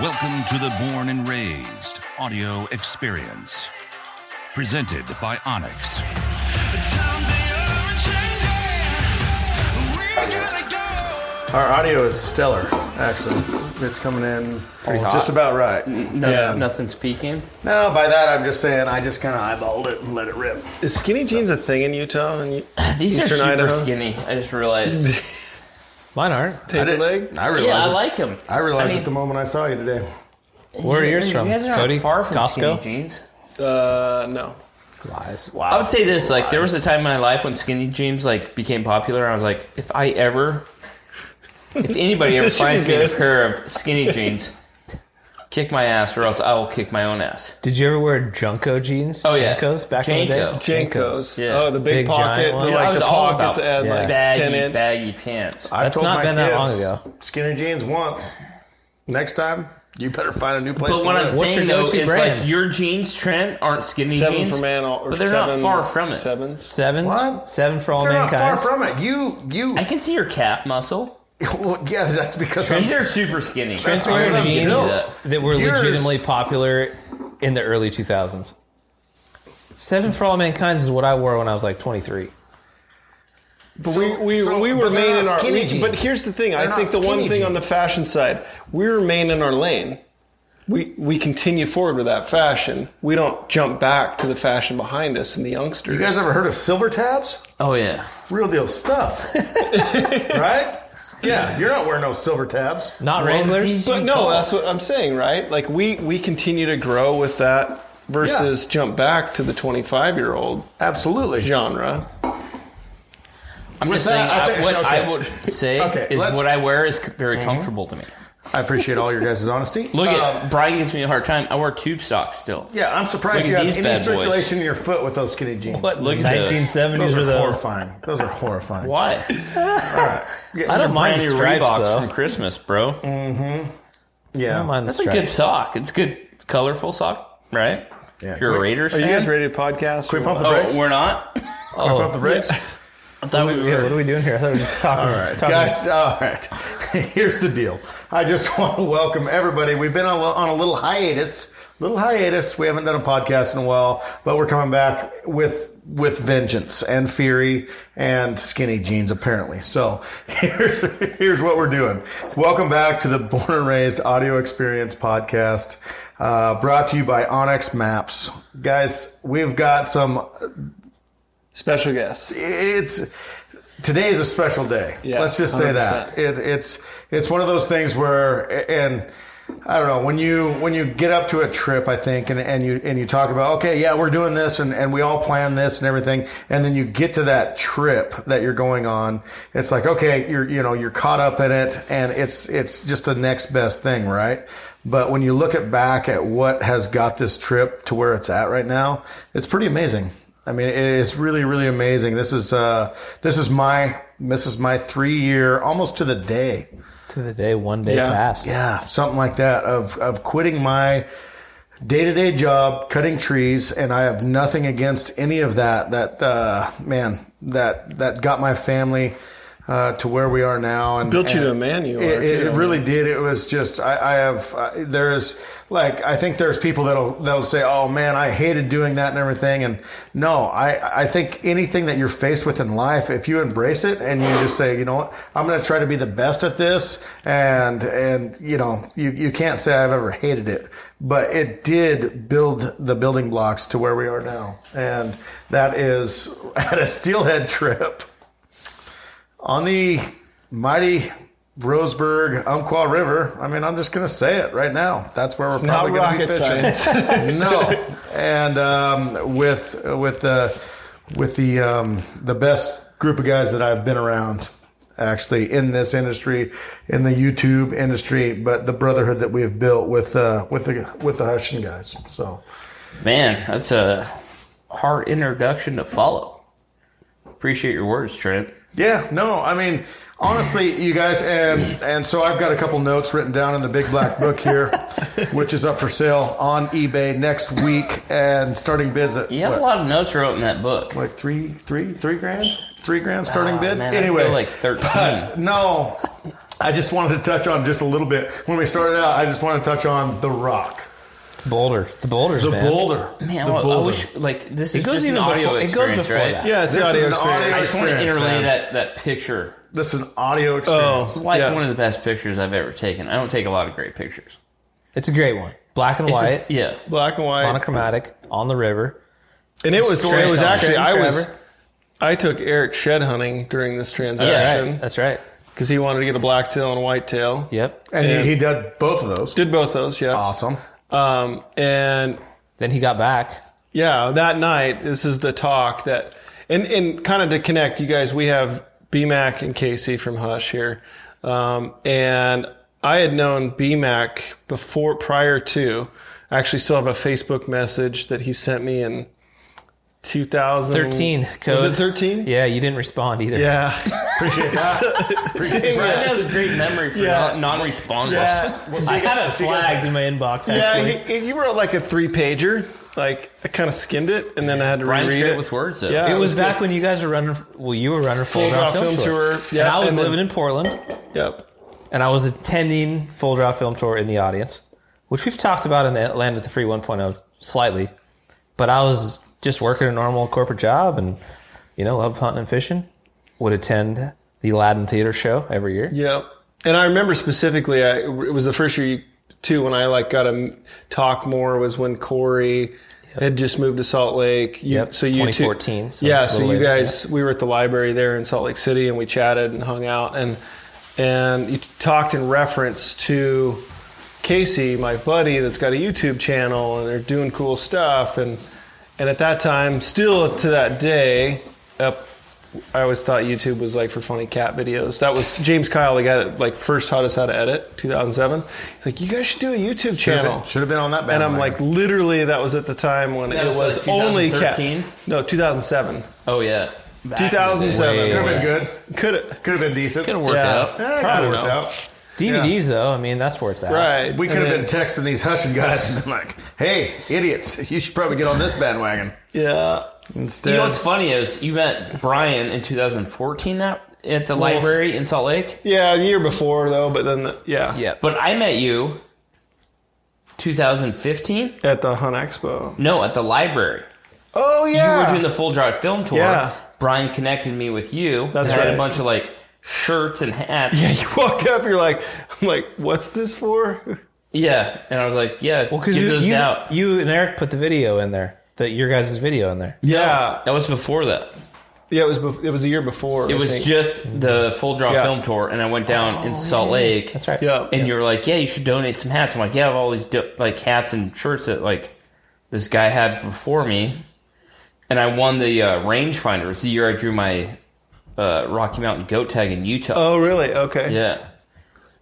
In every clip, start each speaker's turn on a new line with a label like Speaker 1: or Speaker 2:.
Speaker 1: Welcome to the Born and Raised audio experience, presented by Onyx.
Speaker 2: Our audio is stellar, actually. It's coming in
Speaker 3: Pretty hot.
Speaker 2: just about right. yeah.
Speaker 3: Nothing's peaking.
Speaker 2: No, by that I'm just saying I just kind of eyeballed it and let it rip.
Speaker 4: Is skinny jeans a thing in Utah? And you,
Speaker 3: These
Speaker 4: Eastern
Speaker 3: are super
Speaker 4: Idaho?
Speaker 3: skinny. I just realized.
Speaker 5: Mine aren't.
Speaker 2: I
Speaker 4: Table
Speaker 2: didn't-
Speaker 4: leg?
Speaker 2: I realized.
Speaker 3: yeah, I
Speaker 2: it.
Speaker 3: like them.
Speaker 2: I realized
Speaker 3: I mean-
Speaker 2: it the moment I saw you today.
Speaker 5: Where are yours from?
Speaker 3: You guys are
Speaker 5: Cody?
Speaker 3: not far from skinny
Speaker 5: Costco?
Speaker 3: jeans.
Speaker 4: Uh, no.
Speaker 5: Lies.
Speaker 3: I would say this: like, there was a time in my life when skinny jeans like became popular, and I was like, if I ever, if anybody ever
Speaker 4: should be
Speaker 3: finds me in a
Speaker 4: good.
Speaker 3: pair of skinny jeans, kick my ass, or else I will kick my own ass.
Speaker 5: Did you ever wear Junko jeans?
Speaker 3: Oh, yeah.
Speaker 5: Junkos back in the day?
Speaker 3: Janko.
Speaker 4: Jankos.
Speaker 3: Yeah.
Speaker 4: Oh, the big,
Speaker 5: Big
Speaker 4: pocket.
Speaker 5: giant
Speaker 4: The,
Speaker 5: ones.
Speaker 3: I
Speaker 4: like
Speaker 3: was
Speaker 4: the
Speaker 3: all
Speaker 4: pockets
Speaker 3: about
Speaker 4: add like
Speaker 5: Yeah.
Speaker 3: baggy,
Speaker 4: 10 inch.
Speaker 3: baggy pants.
Speaker 2: I've
Speaker 5: That's
Speaker 2: told
Speaker 5: not
Speaker 2: my
Speaker 5: been that long
Speaker 2: kids,
Speaker 5: ago.
Speaker 2: Skinny jeans once. Next time, you better find a new place.
Speaker 3: But
Speaker 2: to
Speaker 3: what I'm
Speaker 2: live.
Speaker 5: What's
Speaker 3: saying
Speaker 5: your
Speaker 3: though
Speaker 5: go-to
Speaker 3: is
Speaker 5: brand?
Speaker 3: like your jeans, Trent, aren't skinny
Speaker 4: Seven
Speaker 3: jeans,
Speaker 4: for man. Or
Speaker 3: but they're not
Speaker 4: seven,
Speaker 3: far from it.
Speaker 4: Sevens.
Speaker 5: Sevens?
Speaker 2: What?
Speaker 5: Seven for all
Speaker 2: They're not far
Speaker 5: mankind.
Speaker 2: from it. You, you.
Speaker 3: I can see your calf muscle.
Speaker 2: Well, yeah, that's because
Speaker 3: These
Speaker 2: I'm,
Speaker 3: are super skinny.
Speaker 5: Trans
Speaker 2: That's
Speaker 5: wearing
Speaker 2: because I'm
Speaker 5: jeans
Speaker 3: built.
Speaker 5: that were
Speaker 2: Yours-
Speaker 5: legitimately popular in the early 2000s. Seven for all mankind is what I wore when I was like 23.
Speaker 4: But we, we,
Speaker 2: so-
Speaker 4: we
Speaker 2: but they're
Speaker 4: remain
Speaker 2: not
Speaker 4: in our.
Speaker 2: skinny
Speaker 4: we- But
Speaker 2: jeans.
Speaker 4: here's the thing.
Speaker 2: They're
Speaker 4: I
Speaker 2: not
Speaker 4: think the one
Speaker 2: skinny
Speaker 4: thing on the
Speaker 2: jeans.
Speaker 4: fashion side, we remain in our lane. We we continue forward with that fashion. We don't jump back to the fashion behind us and the youngsters.
Speaker 2: You guys ever heard of silver tabs?
Speaker 3: Oh yeah.
Speaker 2: Real deal stuff, right? Yeah, you're not wearing no silver tabs.
Speaker 5: Not
Speaker 3: these-
Speaker 5: Wranglers?
Speaker 4: But no, that's what I'm saying, right? Like we we continue to grow with that versus jump back to the 25 year old
Speaker 2: Absolutely.
Speaker 4: genre.
Speaker 3: I'm
Speaker 2: With
Speaker 3: just
Speaker 2: that, I
Speaker 3: saying. I-
Speaker 2: think-
Speaker 3: what
Speaker 2: okay.
Speaker 3: I would say
Speaker 2: Okay,
Speaker 3: is
Speaker 2: let-
Speaker 3: what I wear is c-
Speaker 5: Mhm.
Speaker 3: very comfortable to me.
Speaker 2: I appreciate all your guys' honesty.
Speaker 3: Look at
Speaker 2: Um,
Speaker 3: Brian gives me a hard time. I wear tube socks still.
Speaker 2: yeah, I'm surprised
Speaker 3: look at
Speaker 2: you have
Speaker 3: these
Speaker 2: any
Speaker 3: bad boys.
Speaker 2: circulation in your foot with those skinny jeans.
Speaker 3: What? Look at those.
Speaker 5: 1970s
Speaker 2: Those
Speaker 5: were
Speaker 2: are
Speaker 5: those.
Speaker 2: horrifying. Those are horrifying.
Speaker 3: Why?
Speaker 2: Yeah,
Speaker 5: I don't mind
Speaker 3: Brand
Speaker 5: the
Speaker 3: new
Speaker 5: stripes,
Speaker 3: Reeboks
Speaker 5: though.
Speaker 3: from Christmas, bro.
Speaker 2: Yeah.
Speaker 5: I don't mind the
Speaker 3: That's a good
Speaker 5: stripes.
Speaker 3: sock. It's good, it's colorful sock, right?
Speaker 2: Yeah.
Speaker 3: If you're a
Speaker 2: Wait,
Speaker 3: Raiders
Speaker 4: Are you
Speaker 3: fan.
Speaker 4: guys ready to podcast?
Speaker 2: Can we
Speaker 4: or
Speaker 2: pump
Speaker 4: what?
Speaker 2: the brakes?
Speaker 3: oh, we're not.
Speaker 2: Can we pump
Speaker 3: Oh,
Speaker 2: the brakes?
Speaker 3: I thought we
Speaker 5: Yeah, what
Speaker 3: were.
Speaker 5: are we doing here? I thought we were just talking.
Speaker 2: All right,
Speaker 5: talking
Speaker 2: guys. All right. Here's the deal. I just want to welcome everybody. We've been on a, on a little hiatus. Little hiatus. We haven't done a podcast in a while, but we're coming back with with vengeance and fury and skinny jeans apparently. So here's here's what we're doing. Welcome back to the Born and Raised Audio Experience podcast, uh, brought to you by Onyx Maps. Guys, we've got some
Speaker 4: Special guest.
Speaker 2: it's today is a special day.
Speaker 4: Yeah,
Speaker 2: Let's just say that
Speaker 4: 100%.
Speaker 2: it, it's it's one of those things where and I don't know when you when you get up to a trip, I think, and, and you and you talk about okay, yeah, we're doing this, and, and we all plan this and everything, and then you get to that trip that you're going on. It's like okay, you're you know you're caught up in it, and it's it's just the next best thing, right? But when you look at back at what has got this trip to where it's at right now, it's pretty amazing. I mean, it's really, really amazing. This is uh, this is my this is my three year, almost to the day,
Speaker 5: to the day one day
Speaker 4: Yeah.
Speaker 5: passed.
Speaker 2: yeah, something like that of of quitting my day to day job, cutting trees, and I have nothing against any of that. That uh, man, that that got my family uh, to where we are now, and
Speaker 4: Built you
Speaker 2: and
Speaker 4: to a man you are,
Speaker 2: It, it-
Speaker 4: too.
Speaker 2: it really did. It was just I, I have uh, there's like I think there's people that'll that'll say, oh man, I hated doing that and everything, and no, I I think anything that you're faced with in life, if you embrace it and you just say, you know what, I'm going to try to be the best at this, and and you know you you can't say I've ever hated it, but it did build the building blocks to where we are now, and that is at a steelhead trip on the mighty Roseburg Umpqua River. I mean, I'm just going to say it right now. That's where we're
Speaker 4: Not
Speaker 2: probably going to
Speaker 4: rocket
Speaker 2: be fishing.
Speaker 4: science.
Speaker 2: no, and um, with with the with the um, the best group of guys that I've been around, actually in this industry, in the YouTube industry, but the brotherhood that we have built with uh, with the with the Hushin guys. So
Speaker 3: Man, that's a hard introduction to follow. Appreciate your words, Trent.
Speaker 2: Yeah, no, I mean, honestly, you guys, and and so I've got a couple notes written down in the big black book here, which is up for sale on eBay next week and starting bids at
Speaker 3: You have
Speaker 2: what,
Speaker 3: a lot of notes wrote in that book.
Speaker 2: like three, three, three grand, three grand starting
Speaker 3: Ah,
Speaker 2: bid.
Speaker 3: man, I
Speaker 2: anyway,
Speaker 3: feel like 13.
Speaker 2: but no, I just wanted to touch on just a little bit. When we started out, I just wanted to touch on The Rock,
Speaker 5: Boulder. The boulders,
Speaker 2: The
Speaker 5: man.
Speaker 2: Boulder.
Speaker 3: Man,
Speaker 2: the
Speaker 3: I, I
Speaker 2: Boulder.
Speaker 3: wish like this
Speaker 5: It
Speaker 3: is
Speaker 5: goes
Speaker 3: just
Speaker 5: even
Speaker 3: an audio
Speaker 5: before- it goes
Speaker 3: experience,
Speaker 5: before
Speaker 3: right?
Speaker 5: that.
Speaker 2: Yeah, it's
Speaker 4: This
Speaker 2: the audio
Speaker 4: is an
Speaker 2: experience.
Speaker 4: audio
Speaker 3: I just want to
Speaker 2: experience,
Speaker 3: interlay
Speaker 2: man.
Speaker 3: that that picture.
Speaker 2: This is an audio experience.
Speaker 3: It's like
Speaker 4: Yeah.
Speaker 3: one of the best pictures I've ever taken. I don't take a lot of great pictures.
Speaker 5: It's a great one. Black and
Speaker 3: It's
Speaker 5: white,
Speaker 3: just- yeah.
Speaker 4: Black and white.
Speaker 5: monochromatic, on the river.
Speaker 4: And it was it was
Speaker 5: Storytelling.
Speaker 4: actually I was
Speaker 5: Trevor.
Speaker 4: I took Eric shed hunting during this
Speaker 5: That's
Speaker 4: transaction
Speaker 5: right. That's right.
Speaker 4: because he wanted to get a black tail and a white tail.
Speaker 5: Yep.
Speaker 2: And he, he did both of those.
Speaker 4: Did both those, yeah.
Speaker 2: Awesome.
Speaker 4: Um, and
Speaker 5: Then he got back.
Speaker 4: yeah, that night this is the talk that and and kind of to connect you guys. We have BMAC and Casey from Hush here, um, and I had known BMAC before prior to. I actually still have a Facebook message that he sent me in 2013.
Speaker 5: 13
Speaker 4: Was
Speaker 5: code.
Speaker 4: it 13?
Speaker 5: Yeah, you didn't respond either.
Speaker 4: Yeah.
Speaker 3: Brian has a great memory for
Speaker 4: Yeah.
Speaker 3: non- non-responders.
Speaker 5: I have it flagged in my inbox.
Speaker 4: Yeah,
Speaker 5: Actually.
Speaker 4: he, he wrote like a three pager. Like I kind of skimmed it, and then I had to
Speaker 3: Brian's
Speaker 4: reread
Speaker 3: great
Speaker 4: it
Speaker 3: with words, though.
Speaker 4: Yeah,
Speaker 5: it was
Speaker 4: good.
Speaker 5: back when you guys were running. Well, you were running Full,
Speaker 4: Full
Speaker 5: Draw,
Speaker 4: Draw Film Tour.
Speaker 5: and
Speaker 4: Yeah,
Speaker 5: I was
Speaker 4: and then-
Speaker 5: living in Portland,
Speaker 4: Yep.
Speaker 5: and I was attending Full Draw Film Tour in the audience, which we've talked about in the Land at the Free 1.0 slightly, but I was just working a normal corporate job and you know loved hunting and fishing. Would attend the Aladdin Theater show every year.
Speaker 4: Yep. And I remember specifically, I, it was the first year you, too when I like got to m- talk more was when Corey had just moved to Salt Lake. You,
Speaker 5: Yep,
Speaker 4: So you two-
Speaker 5: 2014, so a
Speaker 4: yeah. So
Speaker 5: little
Speaker 4: you
Speaker 5: later,
Speaker 4: guys, we were at the library there in Salt Lake City, and we chatted and hung out, and and you t- talked in reference to Casey, my buddy, that's got a YouTube channel, and they're doing cool stuff, and and at that time, still to that day, up I always thought YouTube was like for funny cat videos. That was James Kyle, the guy that like first taught us how to edit, 2007. He's like, you guys should do a YouTube
Speaker 2: Should have
Speaker 4: channel.
Speaker 2: been, should've been on that.
Speaker 4: and I'm
Speaker 2: bandwagon.
Speaker 4: like, literally, that was at the time when
Speaker 3: That
Speaker 4: it
Speaker 3: was, like,
Speaker 4: was, only cat.
Speaker 3: 2013?
Speaker 4: No, 2007.
Speaker 3: Oh yeah. Back in the day.
Speaker 4: 2007.
Speaker 5: Way
Speaker 2: could have
Speaker 5: Yes.
Speaker 2: been good.
Speaker 4: Could have.
Speaker 2: Could have been decent.
Speaker 3: Could have worked
Speaker 4: Yeah.
Speaker 3: out.
Speaker 2: Yeah, could
Speaker 4: I
Speaker 2: have
Speaker 4: don't
Speaker 2: worked
Speaker 4: know.
Speaker 2: out.
Speaker 5: DVDs though, I mean that's where it's at.
Speaker 4: Right.
Speaker 2: We
Speaker 4: And
Speaker 2: could have
Speaker 4: then-
Speaker 2: been texting these Hushin guys and been like, "Hey, idiots! You should probably get on this bandwagon."
Speaker 4: Yeah.
Speaker 2: Instead,
Speaker 3: You know what's funny is you met Brian in 2014 that at the library in Salt Lake.
Speaker 4: Yeah, the year before, though, but then, the, yeah.
Speaker 5: Yeah. But
Speaker 3: But I met you 2015.
Speaker 4: At the Hunt Expo.
Speaker 3: No, at the library.
Speaker 4: Oh, yeah.
Speaker 3: We were doing the full draw film tour.
Speaker 4: Yeah.
Speaker 3: Brian connected me with you.
Speaker 4: That's
Speaker 3: and I had
Speaker 4: right.
Speaker 3: a bunch of like shirts and hats.
Speaker 4: yeah, you walk up, you're like, I'm like, what's this for?
Speaker 3: Yeah, and I was like, yeah,
Speaker 5: well,
Speaker 3: give
Speaker 5: because you,
Speaker 3: those
Speaker 5: you,
Speaker 3: out.
Speaker 5: you and Eric put the video in there, the, your guys' video in there.
Speaker 4: Yeah.
Speaker 3: That was before that.
Speaker 4: Yeah, it was, bef- it was the year before.
Speaker 3: It
Speaker 4: I
Speaker 3: was
Speaker 4: think.
Speaker 3: just the full draw
Speaker 4: Yeah. Oh,
Speaker 3: film tour, and I went down in Salt Lake.
Speaker 5: That's right.
Speaker 4: Yeah.
Speaker 3: And you were like, yeah, you should donate some hats. I'm like, yeah, I have all these do- like hats and shirts that like this guy had before me, and I won the uh, rangefinder. It's the year I drew my uh, Rocky Mountain goat tag in Utah.
Speaker 4: Oh, really? Okay.
Speaker 3: Yeah.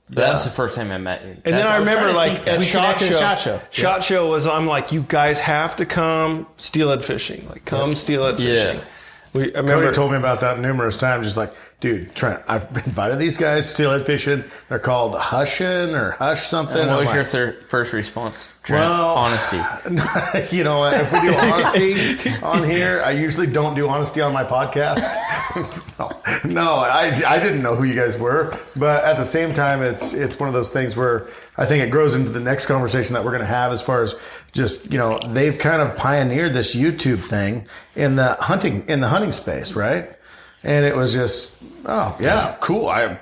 Speaker 3: But That was the first time I met you.
Speaker 4: And then I remember like
Speaker 3: that.
Speaker 4: at shot
Speaker 5: connected
Speaker 4: show,
Speaker 5: at
Speaker 4: shot
Speaker 5: SHOT
Speaker 4: show.
Speaker 5: Show.
Speaker 4: was I'm like, you guys have to come steelhead fishing. Like come steelhead
Speaker 3: Yeah.
Speaker 4: fishing. We I
Speaker 2: Cody
Speaker 4: remember
Speaker 2: told me about that numerous times. Just like, dude, Trent, I've invited these guys steelhead fishing. They're called Hushin or Hush something.
Speaker 3: what
Speaker 2: I'm
Speaker 3: was
Speaker 2: like,
Speaker 3: your thir- first response? Trent? honesty.
Speaker 2: you know, if we do honesty on here, I usually don't do honesty on my podcasts. no, no I, I didn't know who you guys were, but at the same time, it's it's one of those things where I think it grows into the next conversation that we're going to have as far as just you know they've kind of pioneered this YouTube thing in the hunting in the hunting space, right? And it was just oh yeah, cool. I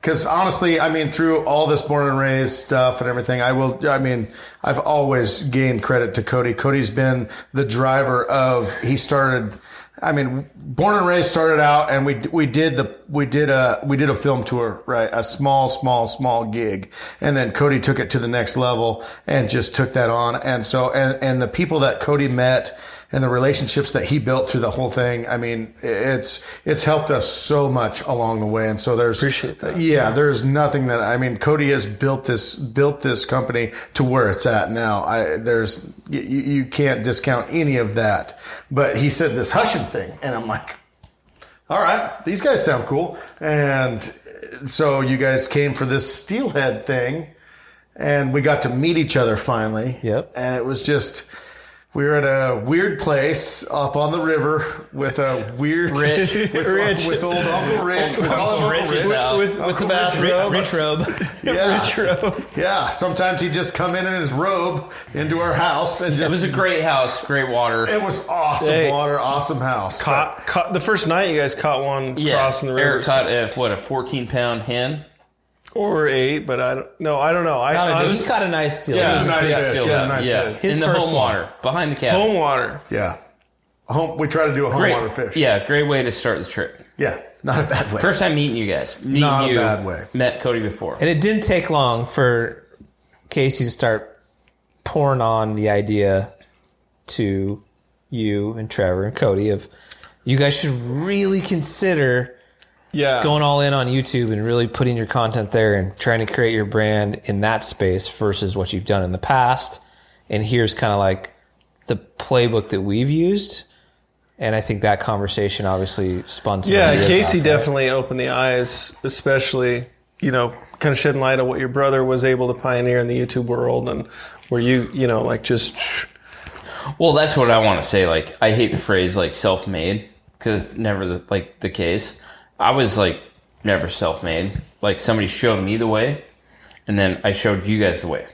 Speaker 2: because honestly, I mean, through all this born and raised stuff and everything, I will, I mean, I've always gained credit to Cody. Cody's been the driver of, he started, I mean, born and raised started out and we, we did the, we did a, we did a film tour, right? A small, small, small gig. And then Cody took it to the next level and just took that on. And so, and, and the people that Cody met, and the relationships that he built through the whole thing. I mean, it's it's helped us so much along the way. And so there's
Speaker 4: Appreciate that.
Speaker 2: Yeah, there's nothing that I mean. Cody has built this built this company to where it's at now. I there's you, you can't discount any of that. But he said this hushing thing, and I'm like, all right, these guys sound cool. And so you guys came for this steelhead thing, and we got to meet each other finally.
Speaker 5: Yep.
Speaker 2: And it was just we were at a weird place up on the river with a weird
Speaker 3: Rich.
Speaker 2: with,
Speaker 4: Rich.
Speaker 2: with old Uncle Rich. with all of Uncle
Speaker 3: Rich is
Speaker 2: Rich.
Speaker 3: out.
Speaker 4: with, with the bathrobe.
Speaker 5: Rich robe.
Speaker 2: Yeah.
Speaker 4: Rich robe.
Speaker 2: Yeah, sometimes he'd just come in in his robe into our house and
Speaker 3: It
Speaker 2: just.
Speaker 3: was a great house, great water.
Speaker 2: it was awesome
Speaker 4: Hey.
Speaker 2: water, awesome house.
Speaker 4: Caught, caught the first night you guys caught one
Speaker 3: Yeah,
Speaker 4: crossing the river
Speaker 3: Eric caught a what a fourteen pound hen.
Speaker 4: or eight, but I don't. No, I don't know. I,
Speaker 5: Got a,
Speaker 4: honestly-
Speaker 5: he caught a nice deal.
Speaker 4: Yeah.
Speaker 2: It was a nice
Speaker 4: Yeah,
Speaker 2: fish,
Speaker 4: still,
Speaker 2: it was a nice
Speaker 3: yeah,
Speaker 2: fish.
Speaker 5: His
Speaker 3: in the
Speaker 5: first
Speaker 3: home
Speaker 5: one.
Speaker 3: water behind the cabin.
Speaker 4: home water.
Speaker 2: Yeah. Home, we try to do a home
Speaker 3: great,
Speaker 2: water fish.
Speaker 3: Yeah, great way to start the trip.
Speaker 2: Yeah. Not a bad way.
Speaker 3: First time meeting you guys. Meeting
Speaker 2: Not a
Speaker 3: you.
Speaker 2: bad way.
Speaker 3: Met Cody before.
Speaker 5: And it didn't take long for Casey to start pouring on the idea to you and Trevor and Cody of you guys should really consider
Speaker 4: Yeah,
Speaker 5: going all in on YouTube and really putting your content there and trying to create your brand in that space versus what you've done in the past. And here's kind of like the playbook that we've used. And I think that conversation obviously spun some
Speaker 4: Yeah,
Speaker 5: ideas
Speaker 4: Casey
Speaker 5: off that.
Speaker 4: definitely opened the eyes, especially you know, kind of shedding light on what your brother was able to pioneer in the YouTube world, and where you you know like just
Speaker 3: Well, that's what I want to say. Like, I hate the phrase like self-made because it's never the, like the case. I was like never self-made. Like somebody showed me the way, and then I showed you guys the way,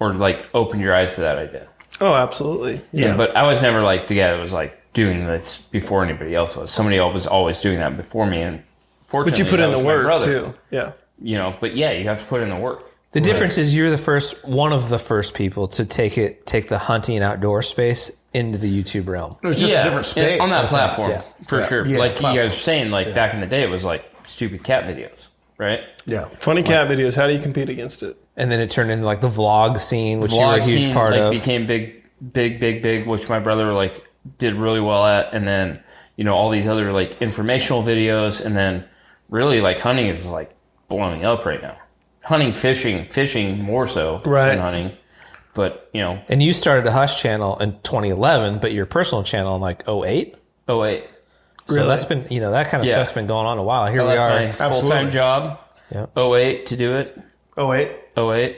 Speaker 3: or like opened your eyes to that idea.
Speaker 4: oh, absolutely,
Speaker 3: Yeah. But I was never like the guy that was like doing this before anybody else was. Somebody else was always doing that before me, and
Speaker 4: But
Speaker 3: fortunately,
Speaker 4: you put
Speaker 3: that
Speaker 4: in
Speaker 3: was
Speaker 4: the
Speaker 3: my
Speaker 4: work
Speaker 3: brother,
Speaker 4: too. Yeah,
Speaker 3: You know, but yeah, you have to put in the work.
Speaker 5: The difference is you're the first one of the first people to take it take the hunting outdoor space into the YouTube realm.
Speaker 2: it was just
Speaker 3: yeah,
Speaker 2: a different space.
Speaker 3: on
Speaker 2: I
Speaker 3: that
Speaker 2: think.
Speaker 3: platform
Speaker 5: Yeah.
Speaker 3: for sure.
Speaker 2: Yeah,
Speaker 3: like you
Speaker 2: platform.
Speaker 3: guys were saying, like back in the day, it was like stupid cat videos, right?
Speaker 2: Yeah.
Speaker 4: funny cat videos. How do you compete against it?
Speaker 5: And then it turned into like the vlog scene, which you were a huge
Speaker 3: scene,
Speaker 5: part
Speaker 3: like,
Speaker 5: of.
Speaker 3: became big, big, big, big, which my brother like did really well at, and then you know all these other like informational videos, and then really like hunting is like blowing up right now. Hunting, fishing, fishing more so
Speaker 4: Right.
Speaker 3: than hunting, but you know,
Speaker 5: and you started a Hush channel in 2011, but your personal channel in like 08.
Speaker 3: oh wait,
Speaker 5: So that's been, you know, that kind of
Speaker 3: Yeah. Oh,
Speaker 5: stuff's been going on a while. Here
Speaker 3: I
Speaker 5: we
Speaker 3: left
Speaker 5: are
Speaker 3: my full time job.
Speaker 5: Yeah.
Speaker 3: Oh wait, to do it.
Speaker 2: Oh, wait.
Speaker 3: Oh wait,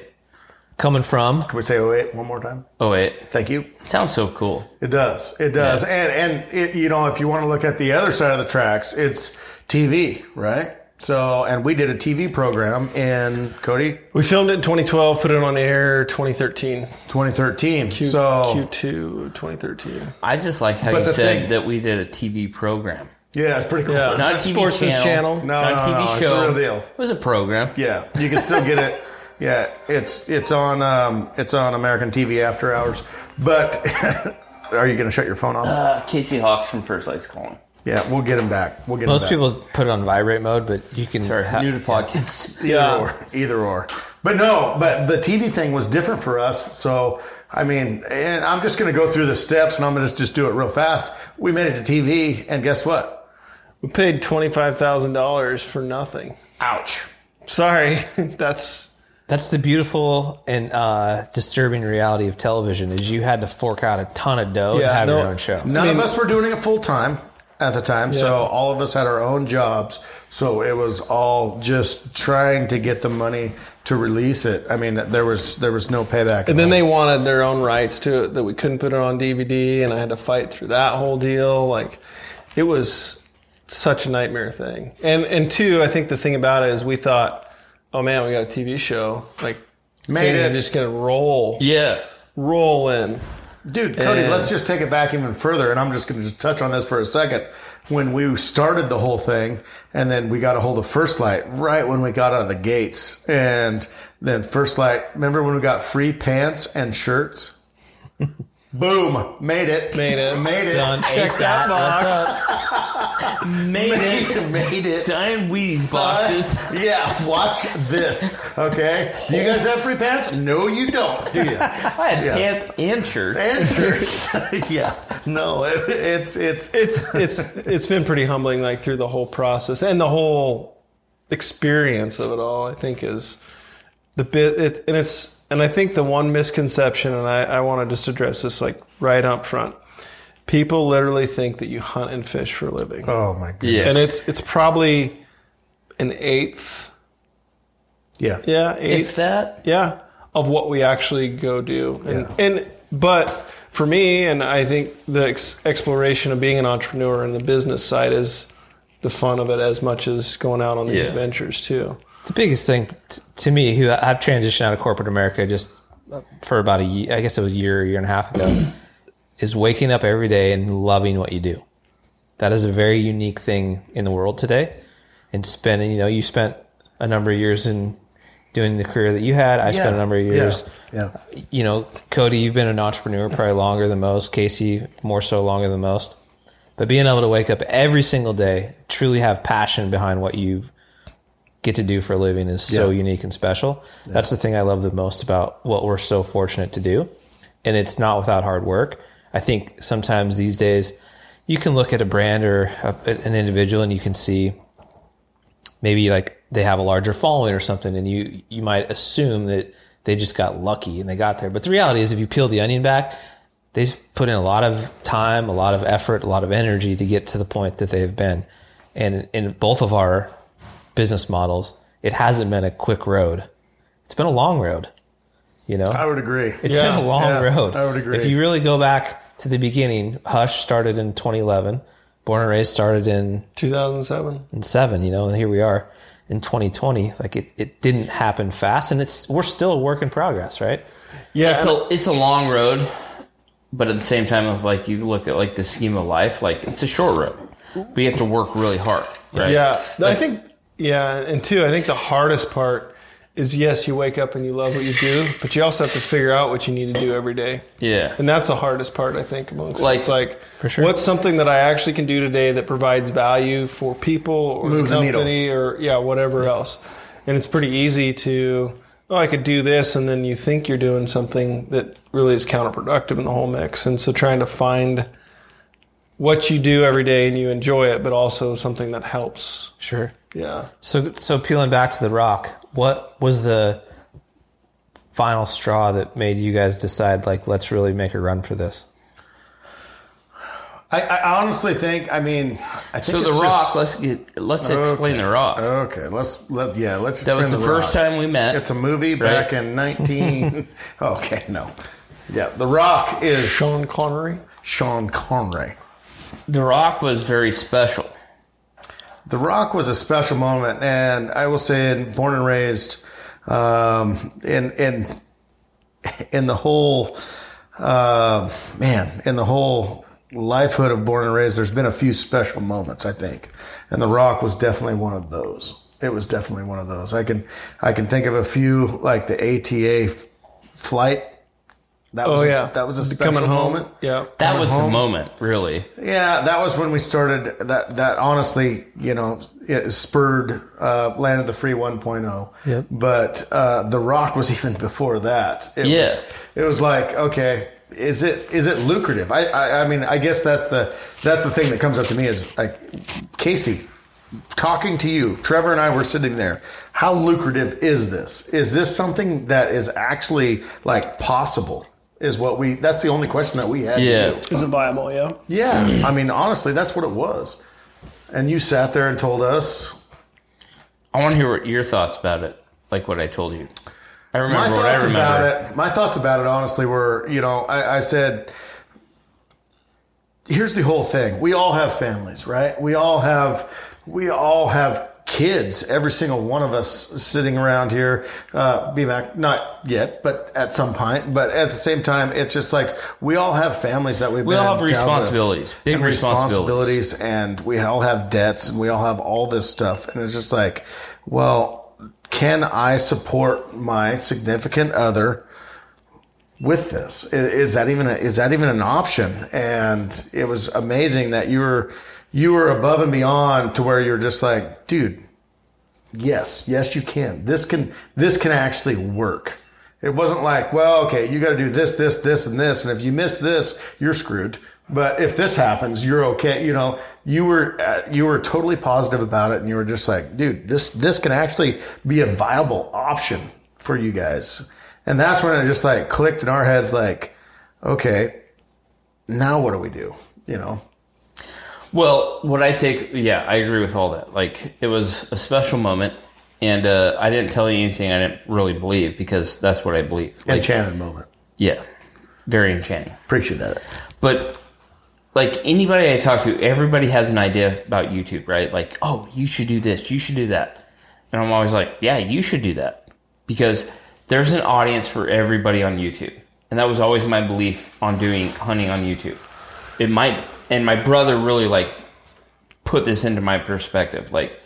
Speaker 5: coming from.
Speaker 2: Can we say oh, wait one more time?
Speaker 3: oh wait.
Speaker 2: Thank you.
Speaker 3: Sounds so cool.
Speaker 2: It does. It does. And and it, you know, if you want to look at the other side of the tracks, it's TV, right? So, and we did a TV program in Cody
Speaker 4: We filmed it in 2012, put it on air 2013.
Speaker 2: 2013.
Speaker 4: Q,
Speaker 2: so,
Speaker 4: Q2 2013.
Speaker 3: I just like how
Speaker 2: But
Speaker 3: you
Speaker 2: the
Speaker 3: said
Speaker 2: thing-
Speaker 3: that we did a TV program,
Speaker 2: yeah, it's pretty cool.
Speaker 4: Yeah.
Speaker 3: not a
Speaker 4: It's a
Speaker 3: TV
Speaker 4: sportsman's
Speaker 3: channel,
Speaker 4: channel.
Speaker 2: No,
Speaker 3: not a
Speaker 2: no,
Speaker 3: TV
Speaker 2: no, it's a
Speaker 3: show.
Speaker 2: real deal.
Speaker 3: It was a program.
Speaker 2: Yeah, you can still get it. Yeah, it's it's on um, it's on American TV After Hours. But are you going to shut your phone off?
Speaker 3: Uh, Casey Hawks from First Light's calling.
Speaker 2: yeah, we'll get him back. We'll get
Speaker 5: Most
Speaker 2: him back.
Speaker 5: people put it on vibrate mode, but you can.
Speaker 3: Sorry,
Speaker 5: ha-
Speaker 3: new to podcast.
Speaker 4: Yeah.
Speaker 2: Either or, either or. But no, but the TV thing was different for us. So I mean, and I'm just going to go through the steps, and I'm going to just do it real fast. We made it to TV, and guess what?
Speaker 4: We paid $25,000 for nothing.
Speaker 3: Ouch.
Speaker 4: Sorry, that's
Speaker 5: That's the beautiful and uh, disturbing reality of television is you had to fork out a ton of dough to
Speaker 4: Yeah,
Speaker 5: have
Speaker 4: no-
Speaker 5: your own show.
Speaker 2: None of us were doing it full time at the time, so all of us had our own jobs. So it was all just trying to get the money to release it. I mean, there was there was no payback.
Speaker 4: And then they wanted their own rights to it that we couldn't put it on DVD, and I had to fight through that whole deal. Like, it was such a nightmare thing. And and two, I think the thing about it is we thought, oh man, we got a TV show. Like,
Speaker 2: Made
Speaker 4: things
Speaker 2: it.
Speaker 4: are just gonna roll,
Speaker 3: Yeah.
Speaker 4: roll in.
Speaker 2: Dude, Cody,
Speaker 4: And-
Speaker 2: let's just take it back even further, and I'm just going to just touch on this for a second. When we started the whole thing, and then we got a hold of First Light right when we got out of the gates, and then First Light. Remember when we got free pants and shirts? Boom! Made it.
Speaker 4: Made it.
Speaker 2: Made it.
Speaker 5: Done.
Speaker 2: Check that
Speaker 5: ASAP.
Speaker 2: box.
Speaker 5: That's up.
Speaker 3: Made it.
Speaker 2: Made it.
Speaker 3: Sign Wheaties boxes.
Speaker 2: Yeah, watch this. Okay. Do you guys have free pants? No, you don't. Do you?
Speaker 3: I had
Speaker 2: Yeah.
Speaker 3: pants and shirts.
Speaker 2: And shirts. yeah. No, it, it's it's
Speaker 4: It's it's it's been pretty humbling, like through the whole process and the whole experience of it all. I think is the bit it, and it's and i think the one misconception and i, I want to just address this like right up front people literally think that you hunt and fish for a living
Speaker 2: Oh my god.
Speaker 3: Yes.
Speaker 4: and it's it's probably an eighth
Speaker 2: Yeah.
Speaker 4: yeah eighth
Speaker 3: if that.
Speaker 4: yeah of what we actually go do and and but for me, and I think the ex- exploration of being an entrepreneur and the business side is the fun of it as much as going out on these
Speaker 3: Yeah.
Speaker 4: adventures too.
Speaker 5: the biggest thing t- to me who I- i've transitioned out of corporate america just uh, for about a year i guess it was a year year and a half ago is waking up every day and loving what you do that is a very unique thing in the world today and spending you know you spent a number of years in doing the career that you had i spent a number of years
Speaker 2: Yeah.
Speaker 5: you know, Cody, you've been an entrepreneur probably longer than most. Casey, more so longer than most. But being able to wake up every single day, truly have passion behind what you get to do for a living is so
Speaker 2: Yeah.
Speaker 5: unique and special. That's the thing I love the most about what we're so fortunate to do. And it's not without hard work. I think sometimes these days you can look at a brand or a, an individual and you can see maybe like they have a larger following or something and you you might assume that they just got lucky and they got there but the reality is if you peel the onion back they've put in a lot of time a lot of effort a lot of energy to get to the point that they've been and in both of our business models it hasn't been a quick road it's been a long road you know
Speaker 2: I would agree.
Speaker 5: it's
Speaker 2: yeah.
Speaker 5: been a long
Speaker 2: yeah,
Speaker 5: road.
Speaker 2: I would agree.
Speaker 5: If you really go back to the beginning, Hush started in 2011. Born and raised started in,
Speaker 4: 2007.
Speaker 5: in seven, you know, and here we are in 2020. Like it, it didn't happen fast, and it's we're still a work in progress, right?
Speaker 4: Yeah,
Speaker 3: it's a it's a long road, but at the same time, of like you look at like the scheme of life, like it's a short road, but you have to work really hard, right?
Speaker 4: Yeah, I think. Yeah, and two, I think the hardest part is yes, you wake up and you love what you do, but you also have to figure out what you need to do every day.
Speaker 3: yeah.
Speaker 4: And that's the hardest part, I think, amongst
Speaker 3: Like-
Speaker 4: it's like
Speaker 5: sure.
Speaker 4: what's something that I actually can do today that provides value for people or
Speaker 2: Move
Speaker 4: the
Speaker 2: the needle.
Speaker 4: company or yeah, whatever else. And it's pretty easy to oh, I could do this, and then you think you're doing something that really is counterproductive in the whole mix. And so trying to find what you do every day and you enjoy it, but also something that helps.
Speaker 5: Sure.
Speaker 4: Yeah.
Speaker 5: So, so peeling back to the rock, what was the final straw that made you guys decide like let's really make a run for this?
Speaker 2: I, I honestly think. I mean, I think
Speaker 3: So
Speaker 2: it's
Speaker 3: the rock,
Speaker 2: just-
Speaker 3: let's get let's explain the rock.
Speaker 2: okay, let's let yeah, let's.
Speaker 3: that was the,
Speaker 2: explain
Speaker 3: first
Speaker 2: Rock.
Speaker 3: time we met.
Speaker 2: It's a movie back in nineteen. okay, no. Yeah, The Rock is Sean,
Speaker 4: Sean Connery.
Speaker 2: Connery.
Speaker 3: the rock was very special.
Speaker 2: The Rock was a special moment, and I will say, in born and raised, um, in in in the whole uh, man, in the whole lifehood of born and raised, there's been a few special moments, I think, and The Rock was definitely one of those. It was definitely one of those. I can I can think of a few like the ATA flight. That
Speaker 4: Oh
Speaker 2: was
Speaker 4: yeah,
Speaker 2: that was a special
Speaker 4: Coming home.
Speaker 2: moment.
Speaker 4: Yeah.
Speaker 3: That was
Speaker 2: Uh-huh.
Speaker 3: the moment, really.
Speaker 2: Yeah, that was when we started. That that honestly, you know, it spurred uh, Land of the Free 1.0.
Speaker 5: Yep.
Speaker 2: But uh, The Rock was even before that. It
Speaker 3: Yeah.
Speaker 2: Was, it was like, okay, is it is it lucrative? I, I I mean, I guess that's the that's the thing that comes up to me is like, Casey, talking to you, Trevor and I were sitting there. How lucrative is this? Is this something that is actually like possible? Is what we that's the only question that we had. to
Speaker 3: Yeah.
Speaker 2: you.
Speaker 6: Is it viable? Yeah.
Speaker 2: Yeah, I mean, honestly, that's what it was. And you sat there and told us.
Speaker 3: I want to hear what your thoughts about it, like what I told you.
Speaker 2: My
Speaker 3: I remember what I
Speaker 2: thoughts
Speaker 3: remember.
Speaker 2: about it. My thoughts about it, honestly, were you know, I, I said, here's the whole thing. We all have families, right? We all have, we all have kids. Every single one of us sitting around here, uh, be back, not yet, but at some point. But at the same time, it's just like we all have families that we've
Speaker 3: We
Speaker 2: been
Speaker 3: all have
Speaker 2: endowed with.
Speaker 3: responsibilities, big
Speaker 2: And
Speaker 3: responsibilities.
Speaker 2: and we all have debts and we all have all this stuff and it's just like well can i support my significant other with this I- is that even a, is that even an option and it was amazing that you were you were above and beyond to where you're just like dude yes yes you can this can this can actually work it wasn't like well okay you got to do this this this and this and if you miss this you're screwed but if this happens you're okay you know you were uh, you were totally positive about it and you were just like dude this this can actually be a viable option for you guys and that's when it just like clicked in our heads like okay now what do we do you know
Speaker 3: Well, what I take, yeah, I agree with all that. Like, it was a special moment, and uh, I didn't tell you anything I didn't really believe because that's what I believe. Like,
Speaker 2: enchanted moment
Speaker 3: yeah, very enchanting.
Speaker 2: Appreciate that.
Speaker 3: But like anybody I talk to, everybody has an idea about YouTube, right? Like, oh, you should do this, you should do that. And I'm always like, yeah, you should do that. Because there's an audience for everybody on YouTube. And that was always my belief on doing hunting on YouTube. It might and my brother really like put this into my perspective. Like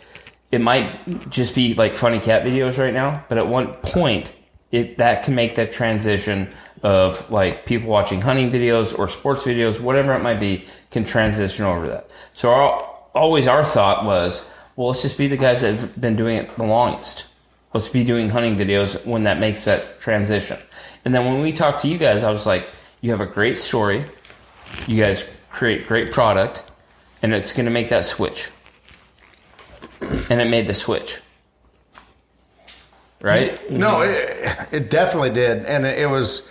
Speaker 3: it might just be like funny cat videos right now, but at one point it that can make that transition of like people watching hunting videos or sports videos, whatever it might be, can transition over that. So our, always our thought was, well, let's just be the guys that have been doing it the longest. Let's be doing hunting videos when that makes that transition. And then when we talked to you guys, I was like, you have a great story. You guys create great product and it's going to make that switch. And it made the switch. Right?
Speaker 2: No, it, it definitely did, and it, it was.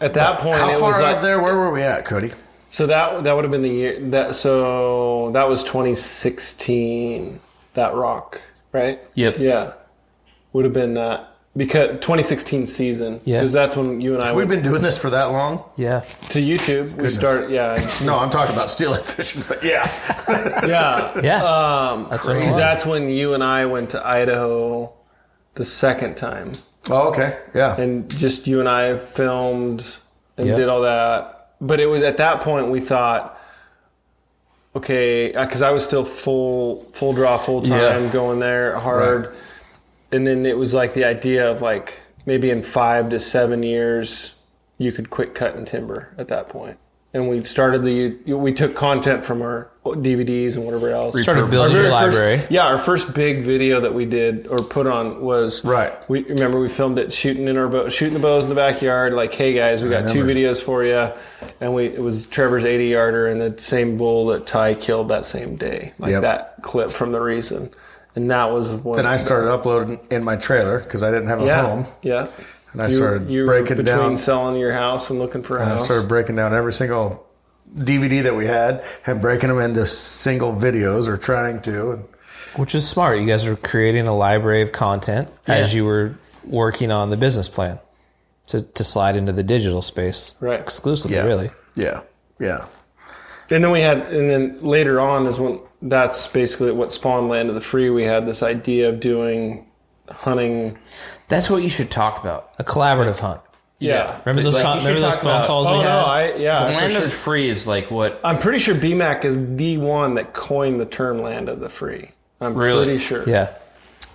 Speaker 4: At that point,
Speaker 2: How
Speaker 4: it
Speaker 2: far
Speaker 4: was
Speaker 2: out
Speaker 4: like,
Speaker 2: there? Where were we at, Cody?
Speaker 4: So that that would have been the year that so that was 2016. That rock, right?
Speaker 3: Yep.
Speaker 4: Yeah, would have been that because 2016 season.
Speaker 5: Yeah.
Speaker 4: because that's when you and I
Speaker 2: We've
Speaker 4: went
Speaker 2: been doing this for that long.
Speaker 5: Yeah.
Speaker 4: to YouTube. We start. Yeah,
Speaker 2: No, I'm talking about steelhead fishing, but yeah,
Speaker 4: yeah.
Speaker 5: Yeah. That's what it
Speaker 4: Because
Speaker 5: was.
Speaker 4: that's when you and I went to Idaho the second time,
Speaker 2: Oh, okay. Yeah.
Speaker 4: and just you and I filmed and
Speaker 5: Yeah.
Speaker 4: did all that. But it was at that point we thought, okay, because I was still full full draw full time
Speaker 3: Yeah.
Speaker 4: going there hard,
Speaker 2: Right.
Speaker 4: and then it was like the idea of like maybe in five to seven years you could quit cutting timber at that point. And we started the we took content from our DVDs and whatever else.
Speaker 5: Started building
Speaker 4: Our
Speaker 5: your
Speaker 4: very first-
Speaker 5: library.
Speaker 4: yeah, our first big video that we did or put on was
Speaker 2: Right.
Speaker 4: We remember we filmed it shooting in our bow, shooting the bows in the backyard. Like, hey guys, we got two
Speaker 2: remember.
Speaker 4: videos for you, and we it was Trevor's eighty yarder and the same bull that Ty killed that same day. Like
Speaker 2: Yep.
Speaker 4: that clip from the reason, and that was when
Speaker 2: Then I started uploading in my trailer because I didn't have a
Speaker 4: yeah
Speaker 2: home,
Speaker 4: yeah.
Speaker 2: and I started breaking
Speaker 4: between
Speaker 2: down.
Speaker 4: selling your house and looking for a
Speaker 2: I
Speaker 4: house.
Speaker 2: started breaking down every single DVD that we had and breaking them into single videos or trying to. And
Speaker 5: Which is smart. You guys are creating a library of content as
Speaker 3: Yeah.
Speaker 5: you were working on the business plan to, to slide into the digital space
Speaker 4: Right.
Speaker 5: exclusively,
Speaker 2: yeah,
Speaker 5: really.
Speaker 2: yeah, yeah.
Speaker 4: And then we had, and then later on is when that's basically what spawned Land of the Free. We had this idea of doing hunting.
Speaker 3: That's what you should talk about.
Speaker 5: A collaborative hunt.
Speaker 4: Yeah.
Speaker 5: Remember those,
Speaker 3: Like,
Speaker 5: con-
Speaker 3: you should
Speaker 5: remember those
Speaker 3: talk
Speaker 5: phone
Speaker 3: about-
Speaker 5: calls
Speaker 4: Oh
Speaker 5: we
Speaker 4: no,
Speaker 5: had?
Speaker 4: I yeah.
Speaker 3: The
Speaker 4: for
Speaker 3: land
Speaker 4: sure.
Speaker 3: of the free is like what
Speaker 4: I'm pretty sure BMAC is the one that coined the term Land of the Free. I'm
Speaker 3: Really?
Speaker 4: pretty sure.
Speaker 5: yeah.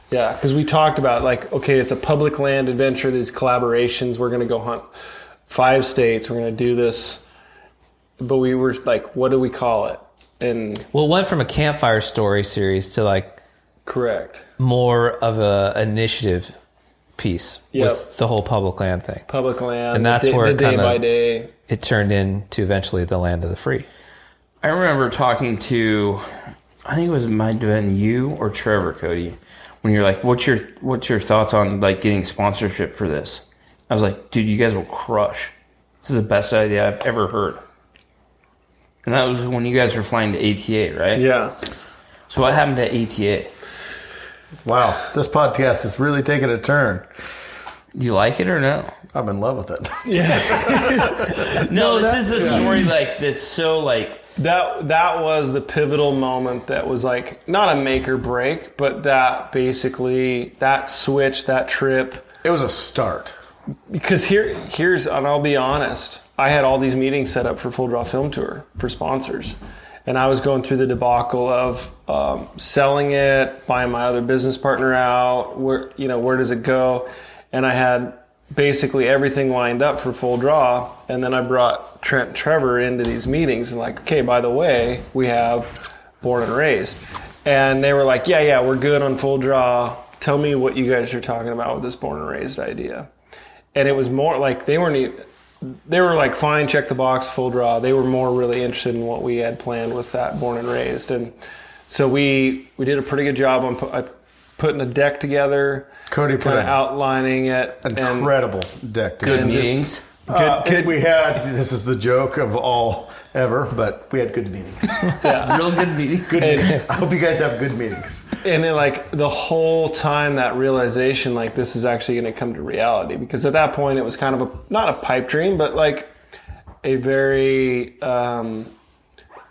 Speaker 4: Yeah, because we talked about like, okay, it's a public land adventure. These collaborations, we're going to go hunt five states. We're going to do this, but we were like, what do we call it? And
Speaker 5: Well, it went from a campfire story series to like
Speaker 4: correct,
Speaker 5: more of a initiative piece
Speaker 4: Yep.
Speaker 5: with the whole public land thing.
Speaker 4: public land.
Speaker 5: And that's
Speaker 4: the, day-
Speaker 5: where it
Speaker 4: the day
Speaker 5: kinda-
Speaker 4: by day.
Speaker 5: It turned into eventually the land of the free.
Speaker 3: I remember talking to I think it was my been you or Trevor Cody when you're like, What's your what's your thoughts on like getting sponsorship for this? I was like, dude, you guys will crush. This is the best idea I've ever heard. And that was when you guys were flying to ATA, right?
Speaker 4: Yeah,
Speaker 3: So what happened to ATA?
Speaker 2: Wow, this podcast is really taking a turn.
Speaker 3: Do you like it or no?
Speaker 2: I'm in love with it.
Speaker 3: No, this is a story like that's so like
Speaker 4: that that was the pivotal moment that was like not a make or break, but that basically that switch, that trip.
Speaker 2: It was a start.
Speaker 4: because here here's and I'll be honest, I had all these meetings set up for Full Draw Film Tour for sponsors, and I was going through the debacle of um, selling it, buying my other business partner out. Where you know where does it go? And I had basically everything lined up for Full Draw, and then I brought Trent and Trevor into these meetings and like, okay, by the way, we have Born and Raised, and they were like, yeah, yeah, we're good on Full Draw. Tell me what you guys are talking about with this Born and Raised idea and it was more like they weren't even they were like fine check the box full draw they were more really interested in what we had planned with that born and raised and so we we did a pretty good job on pu- uh, putting a deck together
Speaker 2: Cody put
Speaker 4: kind of
Speaker 2: a-
Speaker 4: outlining it and
Speaker 2: Incredible deck.
Speaker 3: good
Speaker 2: And just-
Speaker 3: meetings.
Speaker 2: Uh,
Speaker 4: Good- good-
Speaker 2: we had this is the joke of all ever, but we had good meetings.
Speaker 3: Real good meetings.
Speaker 2: Good meetings. I hope you guys have good meetings.
Speaker 4: and then like the whole time that realization like this is actually going to come to reality because at that point it was kind of a not a pipe dream but like a very um,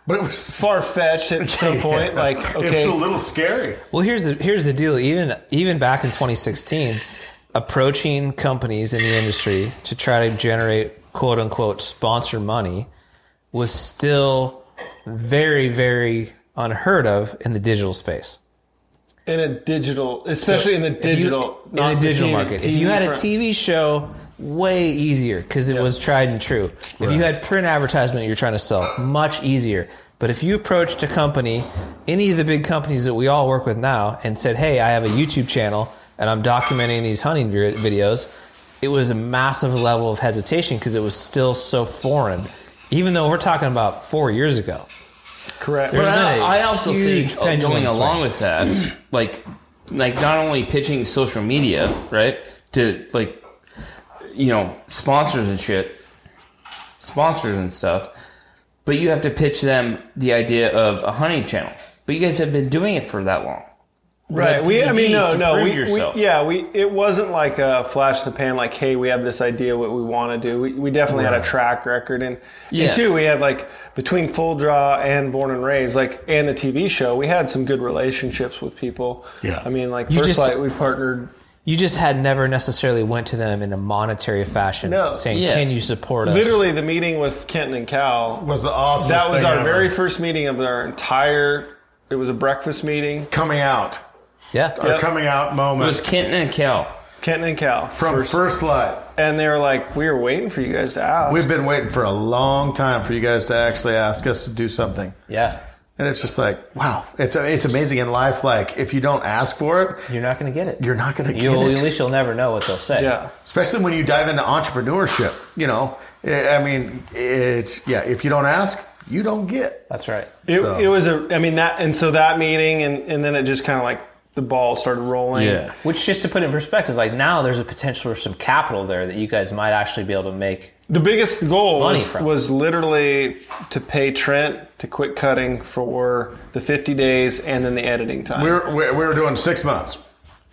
Speaker 2: But it was
Speaker 4: far fetched at some point like okay
Speaker 2: It was a little scary.
Speaker 5: Well, here's the here's the deal. Even even back in 2016, approaching companies in the industry to try to generate quote unquote sponsor money was still very very unheard of in the digital space.
Speaker 4: in a digital especially in the
Speaker 5: If you-
Speaker 4: digital not
Speaker 5: in the digital
Speaker 4: TV
Speaker 5: market. if you had a
Speaker 4: front.
Speaker 5: TV show, way easier because it was tried and true. If you had print advertisement you're trying to sell, much easier. But if you approached a company, any of the big companies that we all work with now, and said, "Hey, I have a YouTube channel and I'm documenting these hunting vi- videos," it was a massive level of hesitation because it was still so foreign. Even though we're talking about four years ago,
Speaker 4: correct
Speaker 5: There's
Speaker 4: Right.
Speaker 5: not
Speaker 3: But
Speaker 5: a
Speaker 3: I, I also see
Speaker 5: huge
Speaker 3: going
Speaker 5: pendulum swing.
Speaker 3: along with that, like, like not only pitching social media, right, to like, you know, sponsors and shit, sponsors and stuff, but you have to pitch them the idea of a hunting channel. But you guys have been doing it for that long.
Speaker 4: Right.
Speaker 3: Like
Speaker 4: We, I
Speaker 3: DVDs
Speaker 4: mean, no,
Speaker 3: to
Speaker 4: no.
Speaker 3: prove
Speaker 4: We, we,
Speaker 3: yourself.
Speaker 4: yeah, we, it wasn't like a flash in the pan, like, hey, we have this idea what we want to do. We, we definitely had a track record. And,
Speaker 3: Yeah.
Speaker 4: and two, we had like between Full Draw and Born and Raised, like, and the TV show, we had some good relationships with people.
Speaker 2: Yeah.
Speaker 4: I mean, like,
Speaker 5: You
Speaker 4: First
Speaker 5: just-
Speaker 4: Light, we partnered.
Speaker 5: you just had never necessarily went to them in a monetary fashion,
Speaker 4: No.
Speaker 5: saying,
Speaker 3: Yeah.
Speaker 5: "Can you support us?"
Speaker 4: Literally, the meeting with Kenton and Cal
Speaker 2: Was the awesome.
Speaker 4: that was
Speaker 2: thing
Speaker 4: our
Speaker 2: ever.
Speaker 4: very first meeting of our entire. It was a breakfast meeting.
Speaker 2: coming out.
Speaker 5: yeah.
Speaker 2: Our coming out
Speaker 3: It
Speaker 2: moment
Speaker 3: was Kenton and Cal.
Speaker 4: Kenton and Cal
Speaker 2: from first, light.
Speaker 4: and they were like, "We were waiting for you guys to ask."
Speaker 2: We've been waiting for a long time for you guys to actually ask us to do something.
Speaker 5: Yeah.
Speaker 2: And it's just like, wow, it's it's amazing in life. Like if you don't ask for it,
Speaker 5: You're not going to get it.
Speaker 2: you're not going to get
Speaker 5: You'll,
Speaker 2: it.
Speaker 5: at least you'll never know what they'll say.
Speaker 4: yeah.
Speaker 2: Especially when you dive into entrepreneurship. You know, I I mean, it's yeah. If you don't ask, you don't get.
Speaker 5: That's right.
Speaker 4: It,
Speaker 2: So-
Speaker 4: it was a, I mean that, and so that meeting, and and then it just kind of like the ball started rolling.
Speaker 3: Yeah.
Speaker 5: Which, just to put it in perspective, like now there's a potential for some capital there that you guys might actually be able to make.
Speaker 4: The biggest goal
Speaker 5: Money
Speaker 4: was,
Speaker 5: from-
Speaker 4: was literally to pay Trent to quit cutting for the 50 days and then the editing time.
Speaker 2: We were we we were doing six months.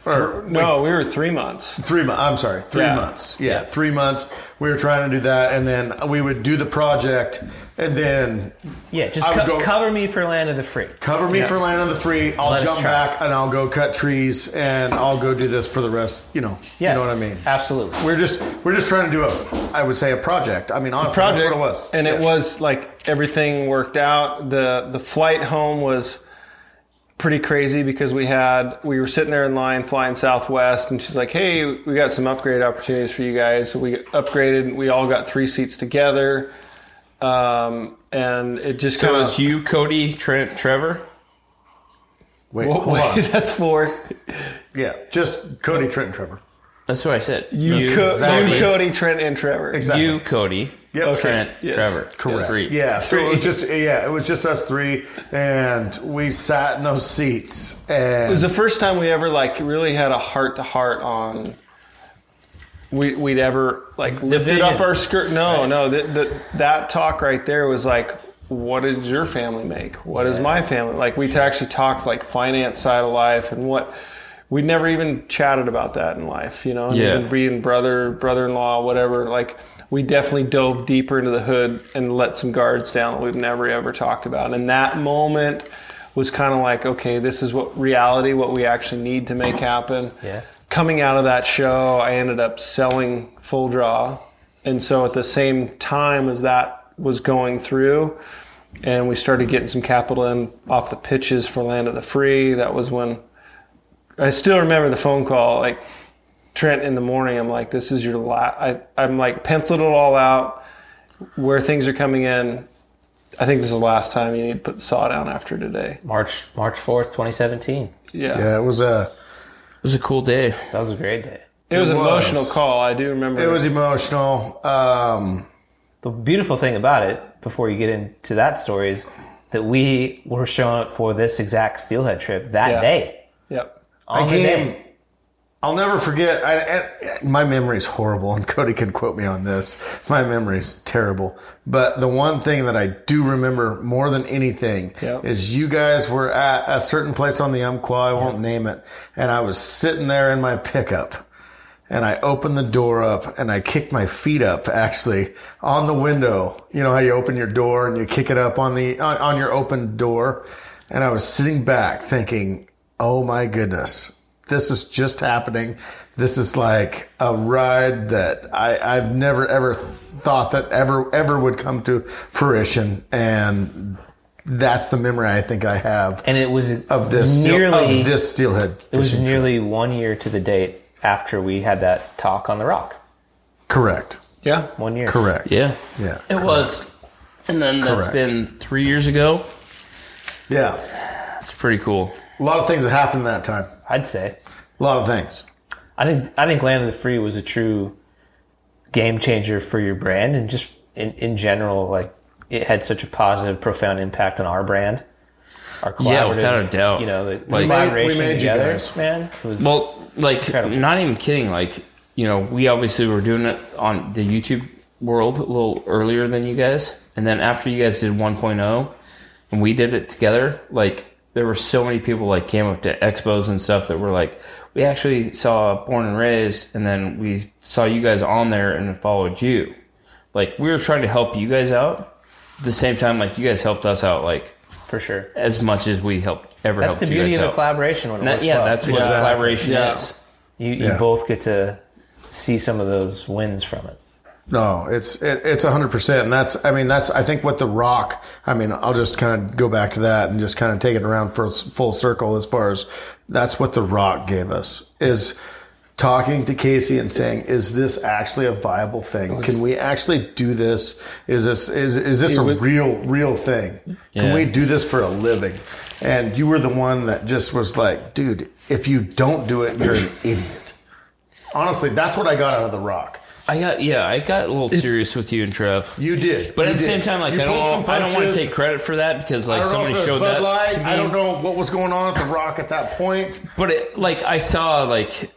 Speaker 2: Or,
Speaker 4: no, we were three months.
Speaker 2: Three months. I'm sorry, three
Speaker 4: Yeah.
Speaker 2: months. Yeah, three months. We were trying to do that, and then we would do the project, and then
Speaker 5: Yeah, just
Speaker 2: I would
Speaker 5: co-
Speaker 2: go-
Speaker 5: cover me for land of the free.
Speaker 2: cover me for land on the free. I'll
Speaker 5: Let us
Speaker 2: jump
Speaker 5: try.
Speaker 2: back, and I'll go cut trees, and I'll go do this for the rest. You know,
Speaker 5: Yeah.
Speaker 2: you know what I mean.
Speaker 5: Absolutely.
Speaker 2: We're just we're just trying to do a, I would say a project. I mean, honestly, that's what it was.
Speaker 4: and it
Speaker 2: Yes.
Speaker 4: was like everything worked out. the The flight home was pretty crazy because we had we were sitting there in line flying Southwest, and she's like, "Hey, we got some upgrade opportunities for you guys." So we upgraded. We all got three seats together, um, and it just
Speaker 3: So it
Speaker 4: kind
Speaker 3: was
Speaker 4: of
Speaker 3: you, Cody, Trent, Trevor.
Speaker 2: Wait, hold on.
Speaker 4: that's four.
Speaker 2: Yeah, just Cody, Trent, and Trevor.
Speaker 3: That's what I said.
Speaker 4: You, Co-
Speaker 2: exactly.
Speaker 4: you, Cody, Trent, and Trevor.
Speaker 2: Exactly.
Speaker 3: You, Cody,
Speaker 2: Yep.
Speaker 3: Trent,
Speaker 2: Okay.
Speaker 4: Yes.
Speaker 3: Trevor.
Speaker 2: Correct.
Speaker 3: Three.
Speaker 2: Yeah. So it was just yeah, it was just us three, and we sat in those seats, and
Speaker 4: It was the first time we ever like really had a heart to heart on. We, we'd ever like lifted
Speaker 5: vision.
Speaker 4: up our skirt. No, no, that that that talk right there was like, what does your family make? What does my family like? We actually talked like finance side of life and what we never even chatted about that in life, you know. And
Speaker 3: Yeah.
Speaker 4: even being brother, brother in law, whatever. Like we definitely dove deeper into the hood and let some guards down that we've never ever talked about. And that moment was kind of like, okay, this is what reality, what we actually need to make happen.
Speaker 5: Yeah.
Speaker 4: Coming out of that show, I ended up selling Full Draw, and so at the same time as that was going through. And we started getting some capital in off the pitches for Land of the Free. That was when I still remember the phone call, like Trent in the morning. I'm like, this is your last. I, I'm like penciled it all out where things are coming in. I think this is the last time you need to put the saw down after today.
Speaker 5: March March 4th, 2017.
Speaker 4: Yeah.
Speaker 2: yeah, it was a
Speaker 3: It was a cool day.
Speaker 5: That was a great day.
Speaker 4: It was
Speaker 2: It
Speaker 4: an
Speaker 2: was.
Speaker 4: emotional call. I do remember.
Speaker 2: it was emotional. Um,
Speaker 5: The beautiful thing about it, before you get into that story, is that we were showing up for this exact steelhead trip that
Speaker 4: Yeah.
Speaker 5: day.
Speaker 4: Yep.
Speaker 5: On
Speaker 2: I
Speaker 5: the
Speaker 2: came
Speaker 5: day.
Speaker 2: I'll never forget. I, I, my memory's horrible, and Cody can quote me on this. My memory's terrible. But the one thing that I do remember more than anything
Speaker 4: Yep.
Speaker 2: is you guys were at a certain place on the Umpqua. I won't name it. And I was sitting there in my pickup, and I opened the door up, and I kicked my feet up actually on the window. You know how you open your door and you kick it up on the on, on your open door, and I was sitting back thinking, "Oh my goodness." this is just happening. This is like a ride that I, I've never ever thought that ever ever would come to fruition, and that's the memory I think I have
Speaker 5: and it was
Speaker 2: of this steel,
Speaker 5: nearly
Speaker 2: of this steelhead.
Speaker 5: it was
Speaker 2: fishing trip.
Speaker 5: nearly one year to the date after we had that talk on the rock.
Speaker 2: correct,
Speaker 4: Yeah.
Speaker 5: One year,
Speaker 2: correct.
Speaker 3: Yeah.
Speaker 2: Yeah,
Speaker 3: It was. And then that's
Speaker 2: Correct.
Speaker 3: been three years ago.
Speaker 2: yeah.
Speaker 3: That's pretty cool.
Speaker 2: A lot of things that happened that time.
Speaker 5: I'd say.
Speaker 2: A lot of things.
Speaker 5: I think I think Land of the Free was a true game changer for your brand and just in, in general, like it had such a positive, profound impact on our brand. Our collaborative,
Speaker 3: Yeah, without a doubt.
Speaker 5: You know, the, the
Speaker 3: Like- We made- we
Speaker 5: collaboration
Speaker 2: made you
Speaker 5: together,
Speaker 2: guys.
Speaker 5: man. it was-
Speaker 3: Well, like,
Speaker 5: Incredible.
Speaker 3: not even kidding. Like, you know, we obviously were doing it on the YouTube world a little earlier than you guys. And then after you guys did 1.0 and we did it together, like, there were so many people like came up to expos and stuff that were like, we actually saw Born and Raised, and then we saw you guys on there and followed you. Like, we were trying to help you guys out. At the same time, like, you guys helped us out, like,
Speaker 5: for sure.
Speaker 3: as much as we helped ever
Speaker 5: That's
Speaker 3: helped
Speaker 5: the
Speaker 3: you
Speaker 5: beauty
Speaker 3: guys
Speaker 5: of a
Speaker 3: out.
Speaker 5: collaboration when it
Speaker 3: That-
Speaker 5: works
Speaker 3: yeah,
Speaker 5: well.
Speaker 3: that's what
Speaker 2: Exactly.
Speaker 3: collaboration
Speaker 4: Yeah.
Speaker 3: is.
Speaker 5: you, you
Speaker 2: Yeah.
Speaker 5: both get to see some of those wins from it.
Speaker 2: No, it's it, it's hundred percent, and that's I mean that's I think what the Rock. I mean, I'll just kind of go back to that and just kind of take it around for full circle as far as that's what the Rock gave us is talking to Casey and saying, "Is this actually a viable thing? Can we actually do this? Is this is is this a real real thing? Can
Speaker 3: Yeah.
Speaker 2: we do this for a living?" And you were the one that just was like, "Dude, if you don't do it, you're an idiot." Honestly, that's what I got out of the Rock.
Speaker 3: I got yeah, I got a little serious with you and Trev.
Speaker 2: You did,
Speaker 3: but
Speaker 2: You
Speaker 3: at the
Speaker 2: did.
Speaker 3: same time, like
Speaker 2: You
Speaker 3: I
Speaker 2: pulled some
Speaker 3: don't, I don't want to
Speaker 2: punches.
Speaker 3: take credit for that because
Speaker 2: I
Speaker 3: like
Speaker 2: don't know
Speaker 3: somebody
Speaker 2: if it was
Speaker 3: showed
Speaker 2: Bud
Speaker 3: that
Speaker 2: Light.
Speaker 3: to me.
Speaker 2: I don't know what was going on at the Rock at that point.
Speaker 3: But it, like I saw like